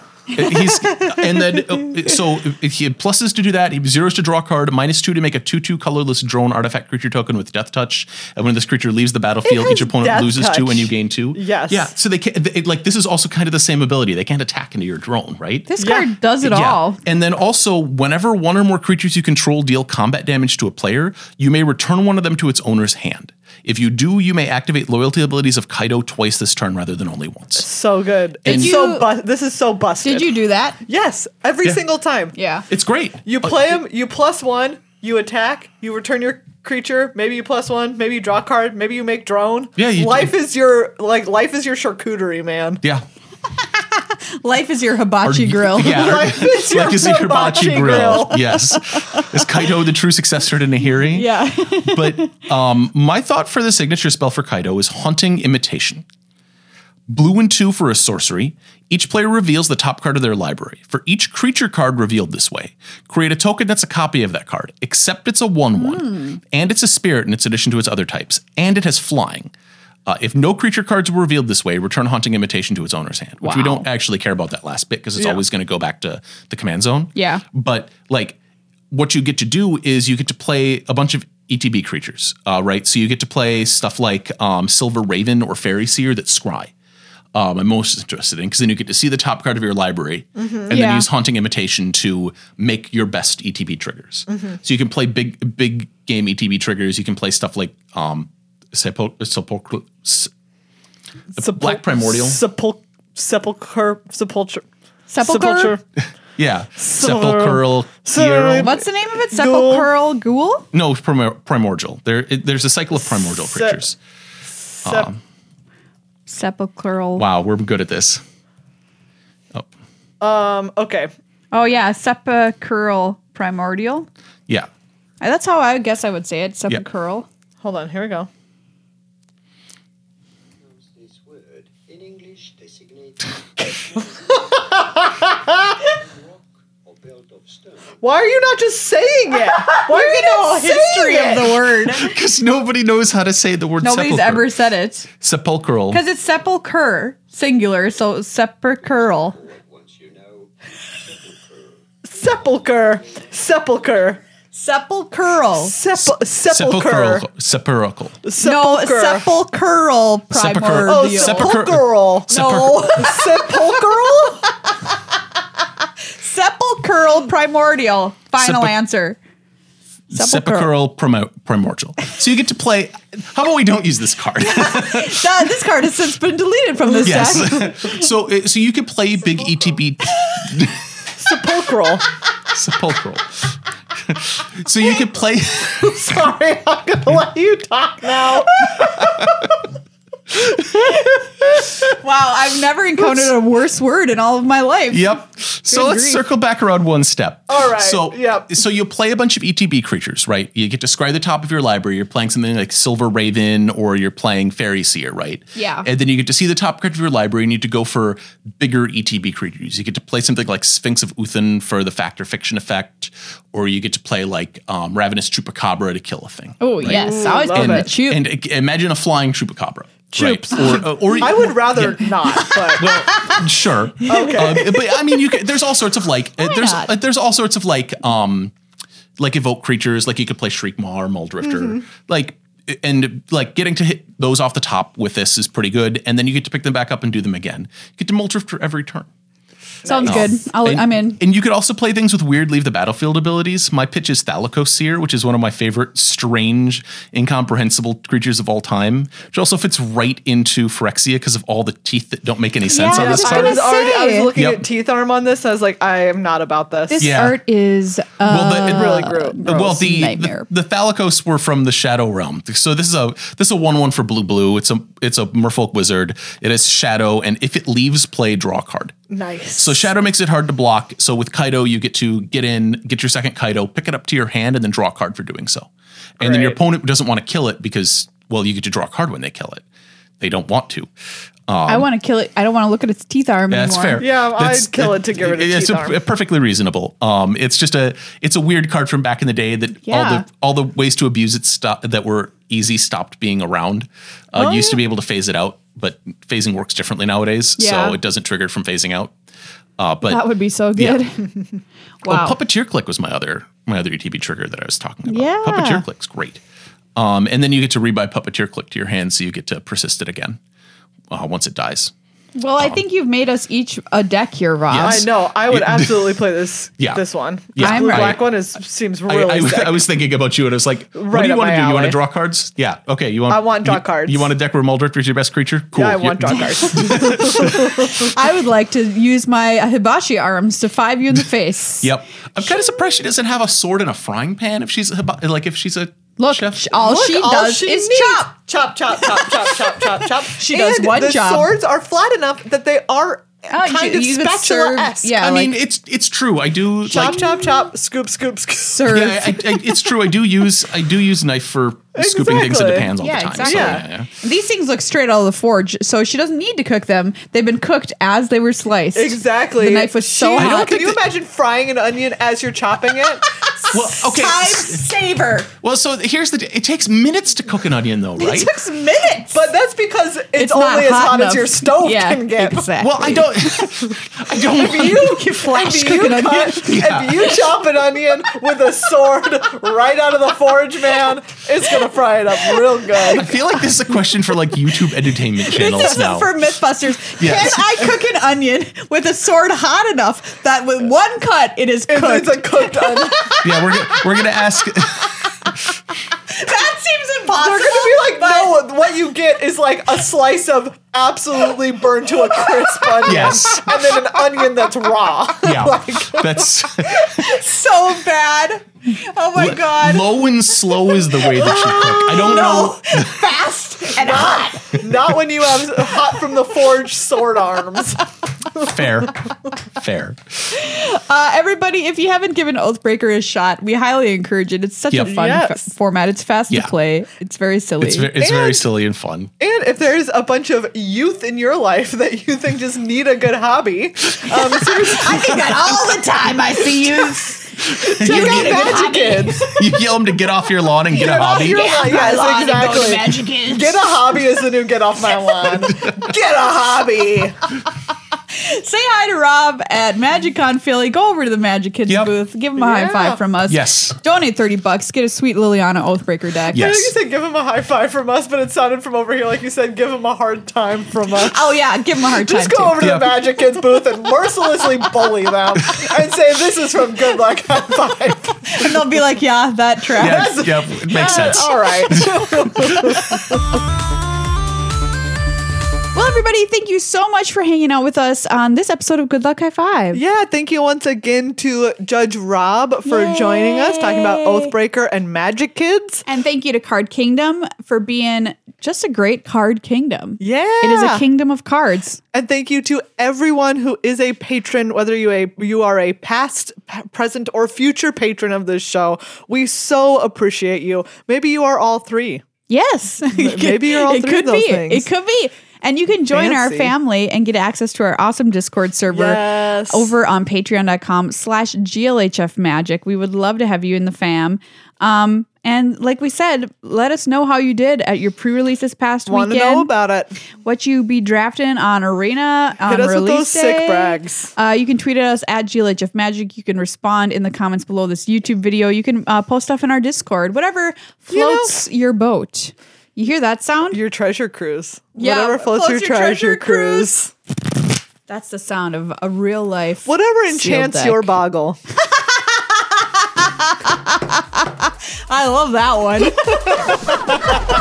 S3: Uh, He's and then uh, so if he had pluses to do that, he had zeros to draw a card, minus two to make a two-two colorless drone artifact creature token with death touch. And when this creature leaves the battlefield,
S2: has
S3: each opponent
S2: Death
S3: loses two
S2: Touch.
S3: and you gain two.
S2: Yes.
S3: Yeah. So they can it, like this is also kind of the same ability. They can't attack into your drone, right?
S1: This
S2: Yeah.
S1: card does it
S3: Yeah.
S1: all.
S3: And then also, whenever one or more creatures you control deal combat damage to a player, you may return one of them to its owner's hand. If you do, you may activate loyalty abilities of Kaido twice this turn rather than only once.
S2: So good.
S3: And-
S2: it's
S1: Did you-
S2: so bu- this is so busted.
S1: Did you do that?
S2: Yes, every
S3: Yeah.
S2: single time.
S1: Yeah.
S3: It's great.
S2: You
S3: Uh,
S2: play him, you plus one, you attack, you return your creature, maybe you plus one, maybe you draw a card, maybe you make drone.
S3: Yeah, you-
S2: life is your like life is your charcuterie, man.
S3: Yeah.
S1: Life is your hibachi grill.
S3: Yeah.
S2: Life is your
S3: like is your hibachi
S2: hibachi
S3: grill.
S2: grill.
S3: yes. Is Kaido the true successor to Nahiri?
S1: Yeah.
S3: But um, my thought for the signature spell for Kaido is Haunting Imitation. Blue and two for a sorcery. Each player reveals the top card of their library. For each creature card revealed this way, create a token that's a copy of that card, except it's a 1 1, and it's a spirit in its addition to its other types, and it has flying. Uh, if no creature cards were revealed this way, return Haunting Imitation to its owner's hand, which we
S1: Wow.
S3: don't actually care about that last bit because it's
S2: Yeah.
S3: always going to go back to the command zone.
S1: Yeah.
S3: But like, what you get to do is you get to play a bunch of ETB creatures, uh, right? So you get to play stuff like um, Silver Raven or Fairy Seer that scry. Um, I'm most interested in because then you get to see the top card of your library and then
S1: Yeah.
S3: use Haunting Imitation to make your best ETB triggers.
S1: Mm-hmm.
S3: So you can play big big game ETB triggers. You can play stuff like um, sepul- sepulchral. s-
S2: Sepul-
S3: Black Primordial.
S2: Sepul- sepulcher. Sepulcher.
S1: Sepulcher?
S3: Yeah,
S2: Sepulchral.
S3: sepulchral.
S2: Sorry.
S1: What's the name of it? Sepulchral Ghoul?
S3: No, primor- primordial. There, it, there's a cycle of primordial
S2: Se-
S3: creatures.
S2: Sep-
S1: Sepulchral.
S3: Wow, we're good at this. Oh,
S2: um, okay.
S1: Oh, yeah. Sepulchral Primordial.
S3: yeah.
S1: Uh, That's how I guess I would say it. Sepulchral.
S2: Hold on. Here we go.
S4: pronounce this word in English designates rock or built of stone.
S2: Why are you not just saying it? Why are you not
S1: All history of the word.
S3: Because nobody knows how to say the word
S1: Nobody's
S3: sepulchral.
S1: ever said it.
S3: sepulchral.
S1: Because it's sepulchre, singular, so sepulchral.
S4: Once you know,
S2: sepulcher? Sepulcher.
S1: Sepulchral.
S2: Sepul- sepulcher.
S3: sepulchral. Sepulchral.
S1: No, sepulchral
S2: Oh,
S1: primordial.
S3: Sepulchre.
S2: sepulchral.
S1: No,
S2: sepulchral?
S1: sepulchral primordial. Final
S3: Sepul-
S1: answer.
S3: Sepulchral primo- primordial. So you get to play. How about we don't use this card?
S1: That- this card has since been deleted from this deck.
S3: yes. so uh, so you can play big E ETB
S2: sepulchral.
S3: sepulchral. so you can play.
S2: Sorry, I'm going to let you talk now.
S1: Wow, I've never encountered a worse word in all of my life.
S3: Yep. So let's
S1: grief.
S3: circle back around one step.
S2: All right,
S3: So
S2: yep.
S3: So you play a bunch of ETB creatures, right? You get to scry the top of your library. You're playing something like Silver Raven, or you're playing Fairy Seer, right?
S1: Yeah.
S3: And then you get to see the top card of your library, and you need to go for bigger ETB creatures. You get to play something like Sphinx of Uthan for the fact or fiction effect, or you get to play like um, Ravenous Chupacabra to kill a thing.
S1: Oh yes, I always
S2: love
S1: get the
S2: it.
S1: chew.
S3: And uh, imagine a flying Chupacabra.
S2: Chups.
S3: Right? Or, or,
S2: I would rather not, but
S3: well, sure. Okay. but I mean, you could, there's all sorts of like uh, there's
S1: not?
S3: uh, there's all sorts of like um like evoke creatures. Like you could play Shriek Maw or Mole Drifter.
S1: Mm-hmm.
S3: Like and like getting to hit those off the top with this is pretty good. And then you get to pick them back up and do them again. You get to Mole Drifter every turn.
S1: Sounds good. I'll,
S3: And-
S1: I'm in.
S3: And you could also play things with weird leave the battlefield abilities. My pitch is Thalacoseer, which is one of my favorite strange, incomprehensible creatures of all time, which also fits right into Phyrexia because of all the teeth that don't make any sense
S1: Yeah,
S3: on
S1: I
S3: this
S1: was
S3: card.
S1: gonna
S2: I was already I
S1: say.
S2: was looking
S3: Yep.
S2: at teeth arm on this. And I was like, I am not about this.
S1: This
S3: Yeah.
S1: art is uh,
S3: Well, the- it
S2: really grew.
S1: gross
S3: well, the,
S1: nightmare.
S3: the the Thalicos were from the Shadow Realm. So this is a this is a one one for blue blue. It's a it's a Merfolk wizard. It has Shadow, and if it leaves play, draw a card.
S2: nice.
S3: So Shadow makes it hard to block. So with Kaido, you get to get in, get your second Kaido, pick it up to your hand, and then draw a card for doing so. And then your
S2: Great.
S3: opponent doesn't want to kill it because well, you get to draw a card when they kill it. They don't want to.
S1: uh, I want to kill it. I don't want to look at its teeth arm
S3: That's
S1: anymore.
S3: fair.
S2: Yeah, I'd kill it to get rid of
S3: It's
S2: teeth
S3: a-
S2: arm.
S3: a perfectly reasonable. Um, it's just a it's a weird card from back in the day that
S1: Yeah.
S3: all the all the ways to abuse it stop that were easy stopped being around. Uh, you Used to be able to phase it out, but phasing works differently nowadays,
S1: Yeah.
S3: so it doesn't trigger from phasing out. Uh, but
S1: That would be so
S3: Yeah.
S1: good. wow.
S3: Oh, Puppeteer Click was my other my other ETB trigger that I was talking about.
S1: Yeah.
S3: Puppeteer Click's great. Um, and then you get to rebuy Puppeteer Click to your hand, so you get to persist it again uh, once it dies.
S1: well, I think you've made us each a deck here, Rob.
S3: Yes.
S2: I know. I would absolutely play this.
S3: Yeah.
S2: This one.
S3: Yeah.
S2: This
S1: I'm
S2: blue
S1: right.
S2: black one is seems
S3: I, Oh,
S2: really.
S3: I-
S2: sick.
S3: I was thinking about you, and I was like, "What
S2: Right
S3: do you
S2: up
S3: want
S2: my
S3: to do? You want
S2: alley.
S3: to draw cards? Yeah, okay. You want?
S2: I want draw
S3: you-
S2: cards.
S3: You want a deck where Muldrifter is your best creature? Cool.
S2: I
S3: You-
S2: want draw cards.
S1: I would like to use my hibachi arms to five you in the face.
S3: Yep. I'm kind of surprised she doesn't have a sword and a frying pan. If she's a, hiba- like, if she's a
S1: Look,
S3: chef.
S2: oh,
S1: all she
S2: All
S1: does
S2: she
S1: is
S2: needs-
S1: chop.
S2: chop, chop, chop, chop, chop, chop, chop. She
S1: does one
S2: the
S1: job.
S2: Swords are flat enough that they are
S1: Oh, you
S2: kind
S1: should-
S2: of
S1: you could
S2: spatula esque.
S1: serve- yeah,
S3: I
S1: like
S3: mean, it's it's true. I do
S2: Chop,
S3: like
S2: chop, chop. Scoop, scoop, scoop.
S1: serve.
S3: yeah, I, I, it's true. I do use I do use knife for scooping things into
S2: Exactly.
S3: pans all
S1: Yeah,
S3: the time.
S1: exactly.
S3: So,
S2: Yeah.
S3: yeah, yeah.
S1: These things look straight out of the forge, so she doesn't need to cook them. They've been cooked as they were sliced.
S2: Exactly.
S1: The knife was so
S2: She-
S1: hot. I don't
S2: Can
S1: think
S2: you imagine frying an onion as you're chopping it?
S3: Well,
S2: Ah,
S3: okay.
S1: Time saver.
S3: Well, so here's the. d- It takes minutes to cook an onion, though, right?
S1: It took minutes.
S2: but that's because it's,
S1: not
S2: only as hot as
S1: enough.
S2: your stove
S1: Yeah,
S2: can get.
S1: Exactly.
S3: well, I don't. I don't. want-
S2: You
S1: You flash
S2: if
S1: cook
S2: you
S1: an onion.
S2: cut- if you chop an onion with a sword right out of the forge, man, it's gonna fry it up real
S3: I
S2: good.
S3: feel like this is a question for like YouTube entertainment channels
S1: This isn't
S3: now.
S1: for Mythbusters.
S3: Yes.
S1: Can I cook an onion with a sword hot enough that with one cut it is
S2: It's,
S1: cooked?
S2: it's a cooked onion.
S3: yeah, we're gonna, we're gonna ask.
S1: that seems
S2: They're
S1: impossible.
S2: gonna be like, no, what you get is like a slice of absolutely burned to a crisp onion.
S3: Yes.
S2: And then an onion that's raw.
S3: Yeah, that's
S2: Oh
S1: so bad. Oh my god.
S3: low and slow is the way that you cook. I don't know.
S1: no. Fast and hot.
S2: Not when you have hot from the forge sword arms.
S3: Fair, fair.
S1: Uh, everybody, if you haven't given Oathbreaker a shot, we highly encourage it. It's such
S3: Yep.
S1: a fun
S2: Yes.
S1: fa- format. It's fast
S3: Yeah.
S1: to play. It's very silly.
S3: It's ve- it's very
S2: And-
S3: silly and fun.
S2: And if there's a bunch of youth in your life that you think just need a good hobby, um, seriously,
S1: I think that all the time I see you.
S2: check out
S1: need a good
S2: Magic Kids.
S3: You yell them to get off your lawn and get, a
S2: Get off
S3: hobby.
S2: your lawn. Yes, exactly. Get a hobby is the new get off my lawn. Get a hobby.
S1: Say hi to Rob at MagicCon Philly. Go over to the Magic Kids
S3: Yep.
S1: booth. Give him a
S2: Yeah.
S1: high five from us.
S3: Yes.
S1: Donate 30 bucks. Get a sweet Liliana Oathbreaker deck.
S3: Yes.
S2: I think you said give him a high five from us, but it sounded from over here like you said give him a hard time from us.
S1: Oh, yeah. Give him a hard
S2: Just
S1: time.
S2: go
S1: too.
S2: over to
S3: Yeah.
S2: the Magic Kids booth and mercilessly bully them and say, This is from Good Luck High Five.
S1: And they'll be like, yeah, that tracks.
S3: Yeah, yeah, it makes sense.
S2: All right.
S1: Well, everybody, thank you so much for hanging out with us on this episode of Good Luck High Five.
S2: Yeah, thank you once again to Judge Rob for joining us, talking about
S1: Yay.
S2: Oathbreaker and Magic Kids.
S1: And thank you to Card Kingdom for being just a great card kingdom.
S2: Yeah.
S1: It is a kingdom of cards.
S2: And thank you to everyone who is a patron, whether you a you are a past, p- present, or future patron of this show. We so appreciate you. Maybe you are all three.
S1: Yes.
S2: maybe you're all
S1: it
S2: three of
S1: could
S2: those
S1: be.
S2: things.
S1: It could be. And you can join our
S2: Fancy.
S1: family and get access to our awesome Discord server
S2: Yes.
S1: over on patreon.com slash glhf magic. We would love to have you in the fam. Um, and like we said, let us know how you did at your pre-release this past
S2: Want to
S1: weekend.
S2: know about it?
S1: what you be drafting on arena on
S2: us with
S1: release
S2: those sick
S1: day.
S2: brags.
S1: Uh, you can tweet at us at GLHF Magic. You can respond in the comments below this YouTube video. You can uh, post stuff in our Discord. Whatever
S2: know-
S1: floats your boat. You hear that sound?
S2: Your treasure cruise.
S1: Yeah,
S2: Whatever floats, your, treasure, cruise.
S1: That's the sound of a real life.
S2: Whatever
S1: sealed
S2: enchants
S1: deck.
S2: your boggle.
S1: I love that one.